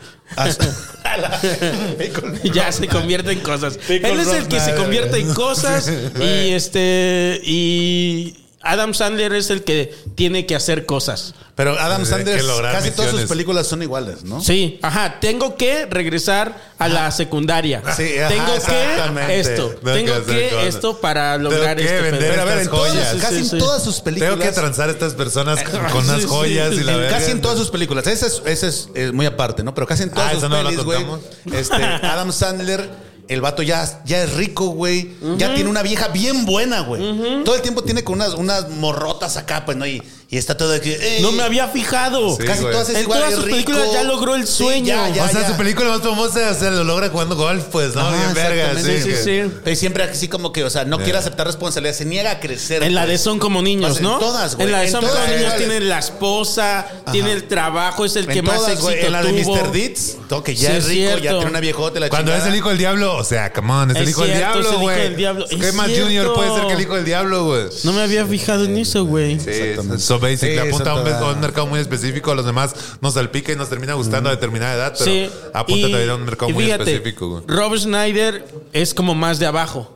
ya se convierte en cosas. Él es el que se
Snyder.
convierte
[laughs]
en cosas y este y Adam Sandler es el que tiene que hacer cosas.
Pero Adam
Tiene
Sandler,
que lograr
casi todas sus
misiones.
películas son iguales, ¿no?
Sí, ajá, tengo que regresar a la secundaria.
Sí, ajá,
tengo que
exactamente.
esto,
Tengo que
tengo
hacer
que,
cosas.
esto para
Tengo
lograr
que
este
vender
pedo.
Pero
Pero a ver, en
estas
todas,
joyas.
sus- casi
Sí, sí,
en
sí.
todas sus películas.
Tengo que transar a estas
[laughs]
personas con
Sí,
unas
sí.
joyas y la
En
verga.
Casi en todas sus películas. Esa es, esa es, eh, muy aparte, ¿no? Pero casi en todas
Ah,
sus
esa no la
pelis, güey.
contamos. [laughs]
Este, Adam Sandler, el vato ya, ya es rico, güey. Ya tiene una vieja bien buena, güey. Todo el tiempo tiene con unas, unas morrotas acá, pues, ¿no? Y, y está todo aquí. ¡ey!
No me había fijado.
Sí,
Casi
güey.
todas es
En
igual,
todas
es
sus
rico.
películas ya logró el
Sí,
sueño.
ya, ya,
o sea,
ya.
su película más famosa se lo logra jugando golf, pues, ¿no?
Ajá,
Bien verga.
exactamente.
Sí,
Sí, sí, sí.
Y siempre así como que, o sea, no quiere aceptar responsabilidad, se niega a crecer.
En la
güey.
de son como
Pues
niños,
en
¿no?
todas, güey.
En la de
En
son como
todas,
niños
güey.
tiene la esposa, tiene el trabajo, es el
En
que más
todas,
éxito
güey. En la de
tuvo.
Mr. Deeds, todo que ya
Sí,
es
es
rico, ya
cierto.
tiene una viejota y la
Cuando es
chingada.
el hijo del diablo, o sea, come on, es,
Es
el hijo del
cierto, es el
diablo,
hijo
güey.
del diablo.
¿Qué
Es
más
cierto.
junior puede ser que el hijo del diablo, güey?
No me había fijado en eso, güey.
Sí, es- so basic,
Sí,
le apunta a
son
un, mes-
todas.
a un mercado muy específico, a los demás nos salpica y nos termina gustando a determinada edad, pero
Mm. Sí.
apunta
y-
también a un mercado
y
muy
fíjate,
específico, güey.
Rob Schneider es como más de abajo.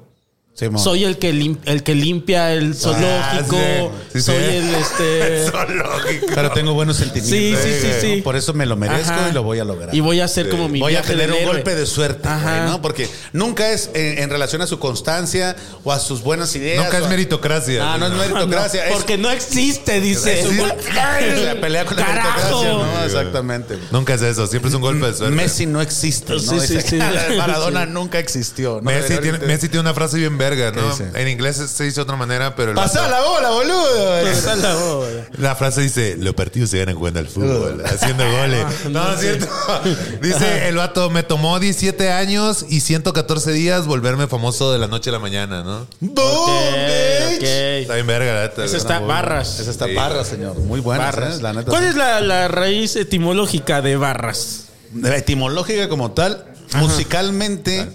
Soy el que lim- el que limpia
Ah,
el zoológico.
sí, sí,
soy
sí. [laughs]
el
[laughs]
este.
Zoológico.
Pero tengo buenos sentimientos.
Sí, sí, sí,
güey,
sí.
¿no? Por eso me lo merezco
Ajá.
y lo voy a lograr.
Y voy a hacer como mi
voy a
viaje
tener
del
un
héroe.
golpe de suerte, güey,
Ajá.
¿no? Porque nunca es en, en relación a su constancia o a sus buenas ideas.
Nunca
o
es
a- [laughs]
meritocracia.
Ah, no es meritocracia. es-
Porque no existe, dice. [laughs]
es [laughs] la pelea con la
Carajo.
meritocracia, ¿no? Exactamente. güey.
Nunca es eso, siempre es un golpe de suerte.
Messi no existe, ¿no?
Sí, sí,
Dice,
sí.
Maradona nunca existió. ¿no?
Messi,
Pero
tiene,
ahorita-
Messi tiene una frase bien verga, ¿no?
dice?
En inglés se dice de otra manera, pero... el
¡Pasá
vato-
la bola, boludo!
[laughs] Esa es la boda.
La frase dice, los partidos se ganan jugando al fútbol, haciendo
[laughs]
goles. No, no es cierto. Dice el vato, me tomó 17 años y 114 días volverme famoso de la noche a la mañana, ¿no?
¡Boom,
Ok,
Oh, bitch!
Está
ok.
bien verga, la neta.
Esa está barras.
Esa está parra, señor. Muy buena,
Barras.
¿eh? La neta.
¿Cuál es la, la raíz etimológica de barras?
La etimológica como tal, musicalmente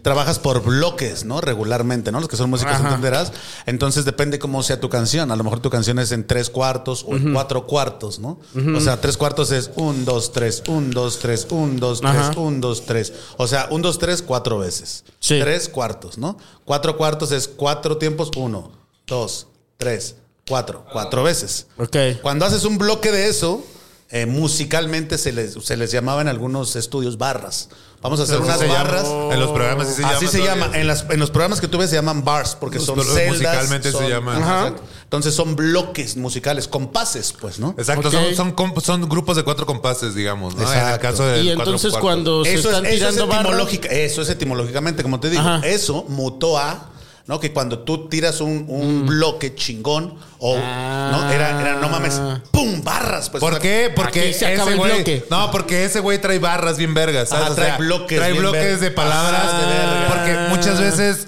trabajas por bloques, ¿no? Regularmente, ¿no? Los que son músicos
Ajá.
entenderás. Entonces depende cómo sea tu canción. A lo mejor tu canción es en tres cuartos o en cuatro cuartos, ¿no? O sea, tres cuartos es un, dos, tres, un, dos, tres, un, dos, tres,
Ajá.
un, dos, tres. O sea, un, dos, tres, cuatro veces.
Sí.
Tres cuartos, ¿no? Cuatro cuartos es cuatro tiempos, uno, dos, tres. Cuatro, cuatro veces.
Ok.
Cuando haces un bloque de eso, eh, musicalmente se les, se les llamaba en algunos estudios barras. Vamos a hacer
Así
unas
se llama.
barras.
En los programas sí se llama.
Así se
todavía.
llama. En, las- en los programas que tú ves se llaman bars porque
Los
son
programas
celdas.
musicalmente se
son-
llaman.
Ajá.
Exacto.
Entonces son bloques musicales, compases, pues, ¿no?
Exacto,
Ok.
son, son, comp- son grupos de cuatro compases, digamos. ¿no? En el
Exacto.
caso del
Y
cuatro
entonces
cuartos.
cuando se
Eso es,
están
eso, es
tirando barras...
etimológica- eso es etimológicamente, como te digo.
Ajá.
Eso mutó a, ¿no? Que cuando tú tiras un,
Mm.
un bloque chingón o, ¿no? Era, era, no mames,
Ah.
¡pum! Barras. Pues,
¿Por
una-
qué? Porque
Aquí se acaba
ese
el
güey.
bloque.
No, porque ese güey trae barras bien vergas. ¿sabes?
Ajá,
O sea,
trae bloques
Trae
bien
bloques
vergas.
de palabras.
Pasadas de verga.
Porque muchas veces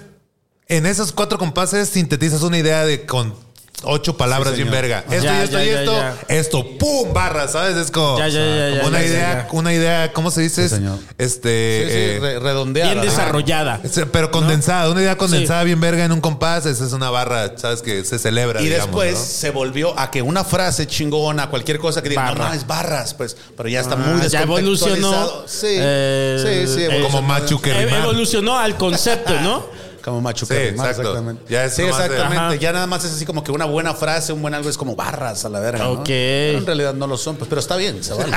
en esos cuatro compases sintetizas una idea de con ocho palabras bien verga. Esto
Ya,
y esto
ya,
y
ya,
esto.
ya.
Esto, pum, barras, ¿sabes? Es como,
Ya, ya, ya,
como
ya,
una
ya,
idea,
ya,
una idea, ¿cómo se dice?
Sí, señor.
Este.
Sí, sí,
eh,
re- redondeada.
Bien
Ajá.
desarrollada.
es- pero condensada, una idea condensada bien verga en un compás, esa es una barra, ¿sabes? Que se celebra.
Y
digamos,
después
¿no?
se volvió a que una frase chingona, cualquier cosa que diga,
Barra.
no mames, barras, pues, pero ya está
Ah,
muy
ya
descontextualizado.
evolucionó.
Sí,
Eh,
sí, sí,
eh,
Como Machu que
Ev-
rimar.
Evolucionó al concepto, ¿no?
[laughs] Como Machu
Sí,
Picchu, ¿no?
exacto. Ya es
sí,
nomás de-
exactamente.
Ajá.
Ya nada más es así como que una buena frase, un buen algo es como barras a la verga. ¿no?
Ok.
Pero en realidad no lo son, pues, pero está bien,
[laughs]
se vale.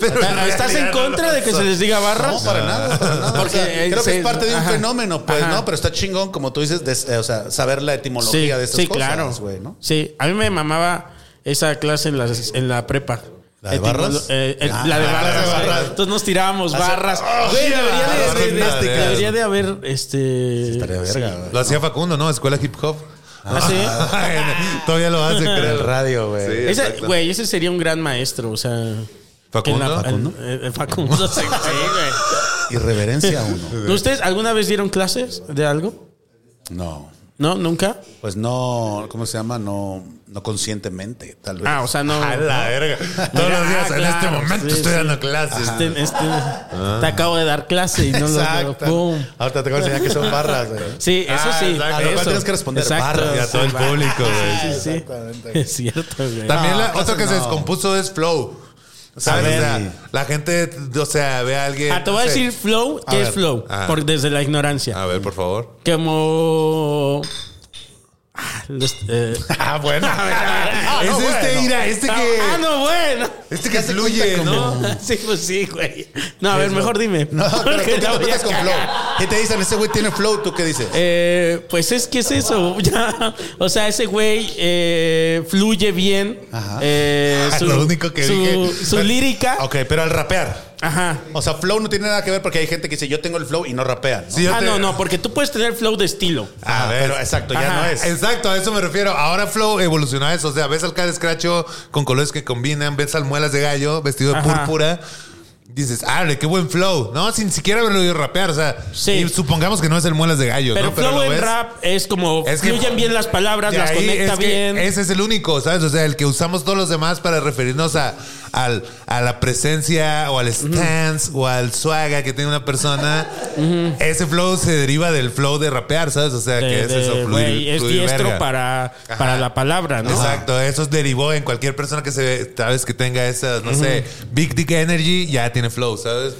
Pero en
¿Estás
realidad
en
no
contra
lo
de que se
son.
les diga
No,
barras?
para nada, para nada.
Porque,
O sea,
eh,
creo que
se-
es parte de un
ajá.
fenómeno, pues,
Ajá.
¿no? Pero está chingón, como tú dices, des- eh, o sea, saber la etimología
Sí,
de esas
sí,
cosas,
claro.
güey, ¿no?
Sí, a mí me mamaba esa clase en la, en la prepa.
¿La de
Etimolo-
barras?
eh, eh,
Ah,
la de
la de
barras. güey.
barras.
Entonces nos tirábamos
Hace-
barras.
Oh,
Güey,
sí,
debería,
barras
de, de- de-
gimnásticas.
debería de haber este.
Estaría verga, güey.
Lo hacía Facundo, ¿no? Escuela hip [laughs] hop.
¿Ah, sí?
Todavía lo hace,
En el
creo.
radio, güey.
Sí.
[laughs] Ese-
exacto.
güey, ese sería un gran maestro, o sea. que en
¿Facundo?
¿Facundo? eh, eh, Facundo, [laughs] sí, sí, güey. [laughs]
Irreverencia uno.
¿Ustedes alguna vez dieron clases de algo?
No.
¿No? ¿Nunca?
Pues no, ¿cómo se llama? No, no conscientemente, tal vez.
Ah, o sea, no.
A la verga. Todos los días,
Ah,
en este
claro,
momento
sí,
estoy
sí.
dando clases.
Este- este- Te acabo de dar clase y no lo- lo
Exacto.
pum.
Ahorita te voy a enseñar que son barras, güey.
Sí, eso
Ah,
sí.
exacto.
A lo cual
eso.
tienes que responder barras
Y a todo el público, güey.
Sí, sí. Es cierto, güey.
También
No,
la- otro
clases
que se
no.
descompuso es Flow. ¿Sabes?
A ver.
O sea, la gente, o sea, ve a alguien.
Ah, te voy a
no sé.
decir flow,
A
¿qué es
ver,
flow?
ajá.
Por, desde la
A
ignorancia.
ver, por favor.
Como. Ah, los-
[laughs]
eh.
Ah, bueno. es
no,
este,
bueno.
mira, este que.
Ah, no, bueno.
Este que fluye, ¿no?
[laughs] Sí, pues sí, güey. No, a ver, mejor dime. [laughs]
No, pero
Porque
¿tú qué
la
te
voy a
metes con flow?
cagar.
¿Qué te dicen? Ese güey tiene flow, ¿tú qué dices?
Eh, pues es que es eso. [laughs] ya. O sea, ese güey eh, fluye bien.
Ajá.
[laughs]
Eh, su,
Lo único que
su-
dije. [laughs]
su lírica.
Ok, pero al rapear.
Ajá.
O sea, flow no tiene nada que ver porque hay gente que dice yo tengo el flow y no rapean. ¿no?
Sí, yo
ah,
te-
no, no, porque tú puedes tener flow de estilo.
A
Ah,
ver.
pero exacto, ya
Ajá.
no es.
Exacto, a eso me refiero. Ahora Flow evolucionó a eso. O sea, ves al cara escracho con colores que combinan, ves almuelas de gallo vestido de
Ajá.
púrpura. Dices, ah, qué buen flow. No, sin siquiera verlo yo rapear. O sea,
Sí.
y supongamos que no es el muelas de gallo,
Pero
pues ¿no?
flow
lo
en
ves.
rap es como
Es que-
fluyen bien las palabras,
De
las
ahí
conecta
es que
bien.
Ese es el único, ¿sabes? O sea, el que usamos todos los demás para referirnos a, al- a la presencia o al stance o al swaga que tiene una persona. Ese flow se deriva del flow de rapear, ¿sabes? O sea,
De-
que es
de,
eso, fluir,
güey, es
fluir
diestro
verga.
para, para la palabra, ¿no?
Exacto, eso derivó en cualquier persona que se sabes que tenga esas, no sé, Big Dick Energy ya tiene flow, ¿sabes?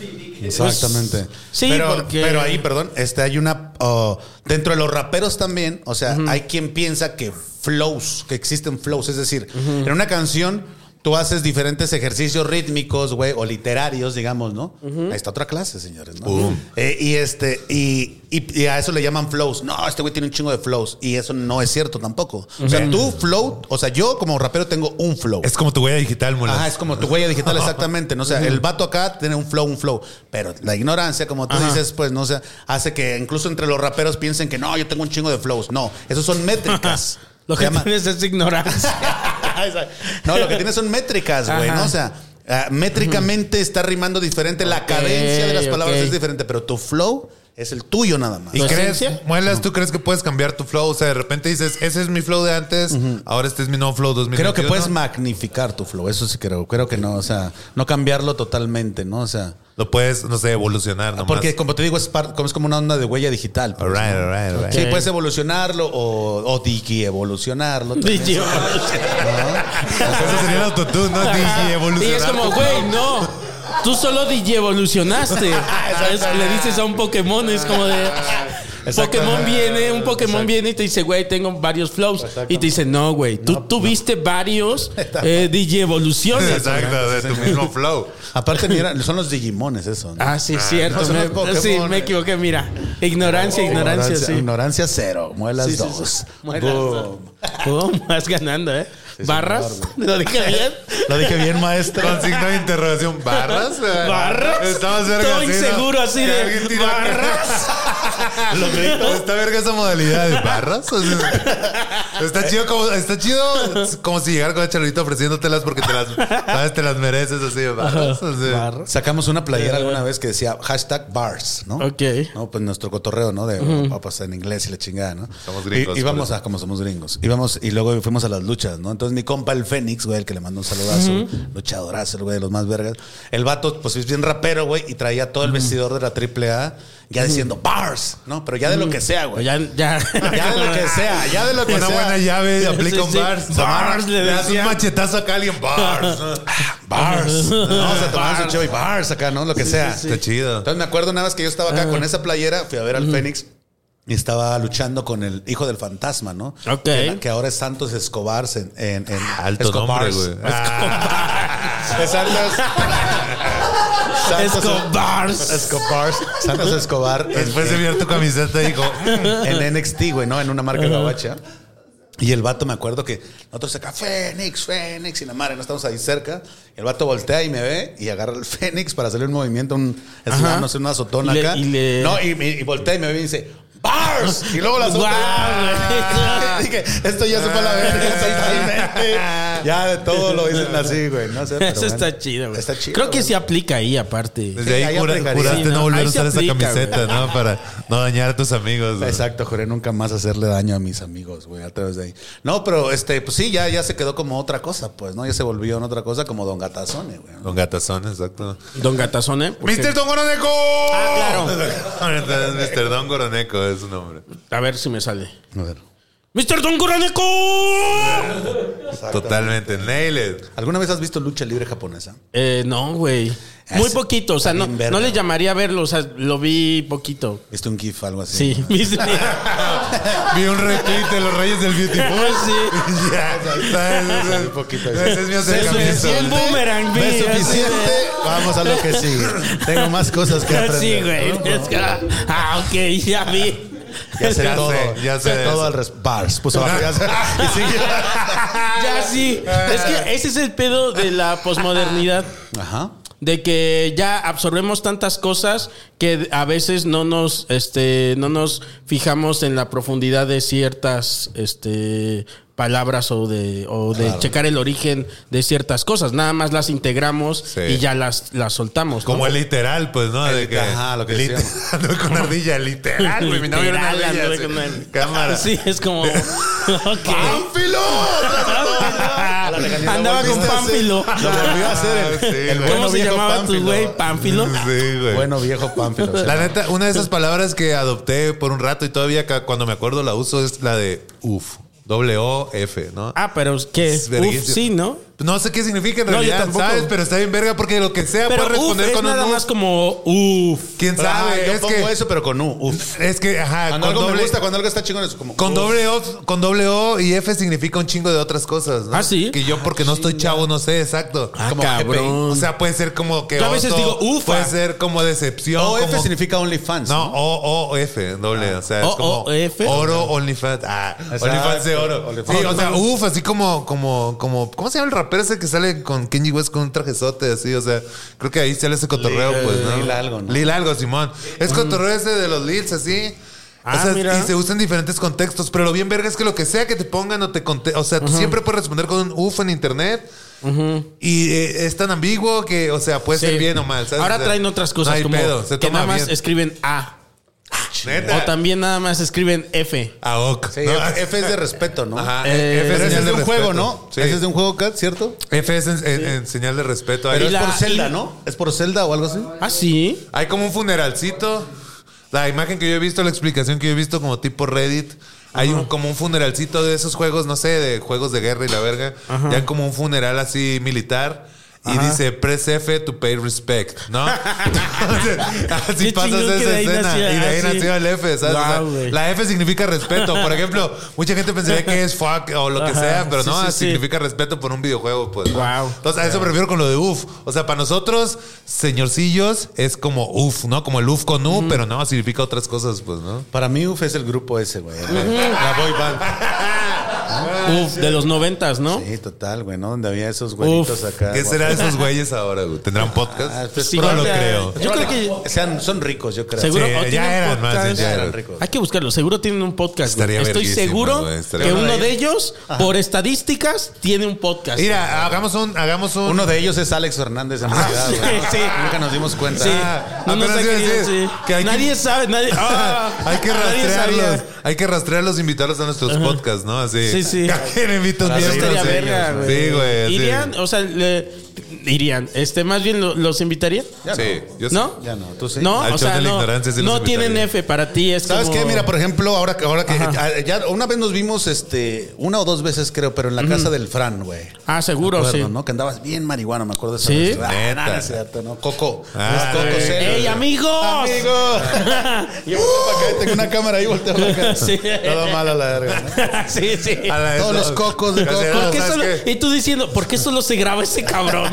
Exactamente.
sí,
pero,
porque-
pero ahí, perdón, este, hay una. oh, dentro de los raperos también, o sea, hay quien piensa que flows, que existen flows. Es decir, en una canción tú haces diferentes ejercicios rítmicos, güey, o literarios, digamos, ¿no? Ahí está otra clase, señores, ¿no? Eh, y este, y, y- y a eso le llaman flows. No, este güey tiene un chingo de flows. Y eso no es cierto tampoco. O sea, tú flow, o sea, yo como rapero tengo un flow.
Es como tu huella digital, mola.
Ajá, es como tu huella [laughs] digital, exactamente. ¿no? O sea, el vato acá tiene un flow, un flow. Pero la ignorancia, como tú dices, pues no sé, hace que incluso entre los raperos piensen que no, yo tengo un chingo de flows. No, esos son [laughs] métricas.
[laughs] Lo
Se
que
llama-
tienes es ignorancia.
[laughs]
no, lo que tienes son métricas, güey,
Ajá.
¿no? O sea, ah, métricamente está rimando diferente, la cadencia de las palabras
ok.
es diferente, pero tu flow es el tuyo nada más.
¿Y
Pues
¿Tu
crees,
esencia?
Muelas, tú crees que puedes cambiar tu flow? O sea, de repente dices, ese es mi flow de antes, ahora este es mi nuevo flow 2021.
Creo que puedes magnificar tu flow, eso sí creo. Creo que no, o sea, no cambiarlo totalmente, ¿no? O sea,
Lo puedes, no sé,
Ah,
evolucionar nomás.
porque como te digo, es, par- como- es como una onda de huella digital. pues,
All right,
¿no?
all right, all right.
Sí, puedes evolucionarlo o, o digi evolucionarlo. también.
Digi-
Eso sería el autotune,
[laughs]
¿no? Digi
Y es
evolucionar.
como, güey, no.
[laughs]
Tú solo digievolucionaste. evolucionaste. Le dices a un Pokémon, es como de. Pokémon viene, un Pokémon viene y te dice, güey, tengo varios flows. Y te dice, no, güey, tú tuviste
[laughs]
varios eh, DJ evoluciones.
Exacto, de tu mismo flow.
Aparte, ni eran- son los Digimones, eso. ¿no?
Ah, sí, es cierto.
no son
me-
los Pokémon,
sí, me
güey.
equivoqué, mira. Ignorancia, e ignorancia, sí. [laughs]
ignorancia cero. Muelas
Sí, sí,
dos.
sí.
Boom.
Boom, Oh, vas ganando, ¿eh? Barras, [laughs] lo dije bien.
Lo dije bien, maestro.
Con signo de interrogación, ¿barras?
¿Barras?
Estabas verga
Todo
así, ¿no?
inseguro así
Que
de,
alguien tira-
¿barras?
[laughs] Lo grito. Está verga esa modalidad de barras. o sea, está chido como, está chido como si llegara con el charolito ofreciéndotelas porque te las, sabes, te las mereces así de barras. o sea.
Sacamos una playera alguna vez que decía hashtag bars, ¿no?
Eh. Ok.
No, pues nuestro cotorreo, ¿no? De papas en inglés y la chingada, ¿no?
Somos gringos,
Y, íbamos
por eso.
a, Ah, como somos gringos. Íbamos y luego fuimos a las luchas, ¿no? Entonces mi compa, el Fénix, güey, el que le mandó un saludazo, luchadorazo, el güey de los más vergas. El vato, pues es bien rapero, güey, y traía todo el vestidor de la triple A ya diciendo bars, ¿no? Pero ya de lo que sea, güey.
Ya, [laughs] ya.
[laughs] Ya de lo que sea, ya de lo que
Una
sea.
buena llave, aplica un
Sí, sí.
bars.
Bars, le
das
decía.
un machetazo acá a alguien, bars. [laughs]
Bars. Vamos a tomar
Bars.
un show y bars acá, ¿no? Lo que sea.
Está chido. Ah.
Entonces me acuerdo una vez que yo estaba acá con esa playera, fui a ver al Fénix y estaba luchando con el hijo del fantasma, ¿no?
Ok.
Que, que ahora es Santos Escobar en, en, en
Alto
Escobars. [laughs]
nombre, güey.
Ah. Es Santos. Santos-
Escobars.
Escobars. Santos Escobar. en-
Después de ver tu camiseta dijo, "Mm,
[laughs] en NXT, güey, ¿no? En una marca gabacha. Y el vato, me acuerdo que nosotros acá, Fénix, Fénix, y la madre, no estamos ahí cerca. Y el vato voltea y me ve y agarra el Fénix para hacerle un movimiento, un slam, no sé, una azotona
Y le-
acá.
y le-
No, y, me- y voltea y me ve y dice, ¡Bars! Y luego la azota.
Guau, güey.
[laughs] Dije, esto ya se fue a la verga,
[laughs]
sencillamente. Ya de todo lo dicen así, güey. No sé, pero
Eso
bueno.
está chido, güey.
Está chido.
Creo que
güey.
sí aplica ahí, aparte.
desde
Sí,
ahí
ahí
cura-
aplicaría.
juraste
Sí,
no
¿no?
volver
Ahí
a
se
usar esa
aplica,
camiseta, ¿no? Para no dañar a tus amigos. güey.
Exacto, juré nunca más hacerle daño a mis amigos, güey, a través de ahí. No, pero este, pues sí, ya, ya se quedó como otra cosa, pues, ¿no? Ya se volvió en otra cosa como Don Gatazone, güey.
Con gatazón, exacto.
Don Gatazone. porque-
¡Mr. Don Goroneco!
Ah,
claro. [laughs] Entonces, Mr. Don Goroneco es su nombre.
A ver si me sale.
A ver.
¡Mr. Don Guraneco!
Totalmente. Nailed.
¿Alguna vez has visto lucha libre japonesa?
Eh, no, güey. Muy
Es-
poquito, o sea, no,
bien verga.
no le llamaría a verlo, o sea, lo vi poquito.
¿Viste un GIF algo así?
Sí.
[laughs]
Mr.
Vi un retweet de los Reyes del Beauty.
sí.
[laughs] Ya, ¿sabes? Ese es-
poquito.
Ese es mi
Sí, un
acercamiento.
boomerang,
¿No es
vi, así
suficiente?
de-
Vamos a lo que sigue. Tengo más cosas que aprender.
[laughs] Sí, güey.
¿no?
Es que- ah, ok, ya vi.
Ya sé
Ya
todo.
sé, ya sé de eso.
todo al res- Bars. Pues abajo ya sé.
[laughs]
Y sigue.
[laughs] Ya sí. Es que ese es el pedo de la posmodernidad.
Ajá.
De que ya absorbemos tantas cosas que a veces no nos, este, no nos fijamos en la profundidad de ciertas este, palabras o de, o de checar el origen de ciertas cosas. Nada más las integramos
Sí.
y ya las, las soltamos. ¿no?
Como el literal, pues, ¿no? De que,
Ajá, lo que
lit- [laughs]
decíamos.
Ando con ardilla, literal, güey. Mi novio era una
Literal,
ardilla.
anduve
así.
con
[laughs]
una-
Cámara.
Sí,
[laughs]
es como. ok.
¡Pánfilo!
Andaba
[laughs]
con Pánfilo.
Lo volvió a hacer.
Sí,
El,
güey.
el bueno
¿Cómo se
viejo
llamaba tu
Pánfilo.
güey? ¿Pánfilo?
Sí, güey.
Bueno viejo Pánfilo.
La neta, una de esas palabras que adopté por un rato y todavía ca- cuando me acuerdo la uso es la de uf, doble O F, ¿no?
Ah, pero ¿qué?
Es verguísimo.
Uf, sí, ¿no?
No sé qué significa en
No, yo
realidad,
tampoco.
¿sabes? Pero está bien verga porque lo que sea
Pero
puedes
uf,
responder
es
con un
nada
uf.
más como uf.
¿Quién sabe?
Ajá, yo
es
pongo
que
eso, pero con U. Uf.
es que ajá,
Cuando
con
algo
doble
me gusta, cuando algo está chingón, es como.
con
uf.
doble O, con doble O y F significa un chingo de otras cosas, ¿no?
Ah, ¿sí?
Que yo porque no estoy chavo no sé exacto.
Ah,
Como
cabrón.
O sea, puede ser como que
Yo a veces
oso,
digo, ufa.
puede ser como decepción,
O F
como-
significa OnlyFans.
No, O, O, F, doble. O sea, es
Ah. O,
como
O, F.
oro, OnlyFans. Ah,
Exacto.
OnlyFans de oro.
OnlyFans.
Sí, o sea, uff, así como, como, como, ¿cómo se llama el rapero ese que sale con Kenji West con un trajezote así? O sea, creo que ahí sale ese cotorreo,
Lil-
pues, ¿no?
Lil algo, ¿no?
Lil algo, Simón. Es cotorreo ese de los Lils, así.
Ah,
o sea,
mira.
y se usa en diferentes contextos, pero lo bien verga es que lo que sea que te pongan o te conte o sea, tú siempre puedes responder con un uff en internet. Y eh, es tan ambiguo que, o sea, puede
Sí.
ser bien o mal. ¿sabes?
Ahora
O sea,
traen otras cosas
no hay
como
pedo, se
que
toma
nada más
bien. Ah,
escriben A. Ah,
Neta.
O también nada más escriben F.
AOC. [laughs]
Sí, F, F es de respeto, ¿no?
Ajá,
Eh,
F
Pero ese
señal
es de un
respeto.
juego, ¿no?
Sí.
Ese es de un juego, Kat, ¿cierto?
F es en, en- en señal de respeto.
Pero
Hay,
es
la-
por Zelda,
y-
¿no? ¿Es por Zelda o algo así?
Ah, sí.
hay como un funeralcito. La imagen que yo he visto, la explicación que yo he visto como tipo Reddit. Hay un, como un funeralcito de esos juegos, no sé, de juegos de guerra y la verga. Ya como un funeral así militar. Y dice, press F to pay respect,
[laughs]
¿no? Entonces, así
Qué
pasas
chingón que
esa
de ahí
escena.
nació-
y de ahí
ah, sí.
nació el F, ¿sabes? O sea,
Wow, güey.
la F significa respeto. Por ejemplo, mucha gente pensaría que es fuck o lo que
Ajá,
sea, pero
sí,
no,
sí, sí.
significa respeto por un videojuego, pues. ¿no?
Wow.
Entonces, a eso me refiero con lo de UF. O sea, para nosotros, señorcillos, es como UF, ¿no? Como el UF con U, pero no, significa otras cosas, pues, ¿no?
Para mí, UF es el grupo ese, güey.
Mm.
La boy band.
[laughs] Uf, de los noventas, ¿no?
Sí, total, güey, ¿no? Donde había esos güeritos acá.
¿Qué será de
guapos.
esos güeyes ahora, güey? ¿Tendrán podcast?
Ah, pues,
Sí,
no lo
ya-
creo.
Yo creo que
Sean, son ricos, yo creo.
Seguro
Sí,
o
ya
tienen
eran, más bien,
podcast.
ya
eran ricos.
Hay que buscarlo. Seguro tienen un podcast. güey.
Estaría
Estoy
verguísima,
seguro
güey, estaría
que
verguísima.
uno de ellos, por estadísticas, tiene un podcast.
Mira, hagamos un, hagamos un. [laughs]
Uno de ellos es Alex Fernández en realidad,
sí,
güey.
sí.
Nunca nos dimos cuenta.
Sí.
Ah,
No nos
apenas
ha
iba a
querido,
decir
sí.
que hay que-
nadie sabe,
[laughs]
nadie. ah,
hay que
nadie
rastrearlos.
sabía.
Hay que rastrearlos, e invitarlos a nuestros podcasts, ¿no? Así.
Sí, sí.
[laughs] ¿A quién invitas
Para
miembros?
Estaría
Sí,
verga, güey.
Sí, güey. sí.
Irían, o sea, le- irían. Este, más bien lo- los invitarían.
Sí, yo sí.
¿No?
Ya no, tú sí.
No,
Al
o
show
sea,
de la
no,
ignorancia sí los
no tienen
invitaría.
F para ti. Es
¿Sabes
como-
qué? Mira, por ejemplo, ahora que, ahora
[laughs]
que ah, ya una vez nos vimos, este, una o dos veces creo, pero en la casa del Fran, güey.
Ah, seguro,
Me acuerdo,
sí.
¿no? Que andabas bien marihuana, me acuerdo de eso.
¿Sí?
Ah,
Neta.
no, no es cierto, ¿no? Coco.
Ah,
es Coco
güey.
Celos.
Eh, ¡Ey, amigos!
Amigo. Yo volteo para acá y tengo una cámara ahí, volteo para
[laughs]
acá.
Sí.
Todo mal a la verga, ¿no?
[laughs] sí, sí.
A la de
Todos
esos-
los cocos de
¿Qué
coco.
será?
¿Por qué
¿Sabes
solo-
qué?
Y tú diciendo, ¿por qué solo se graba ese cabrón?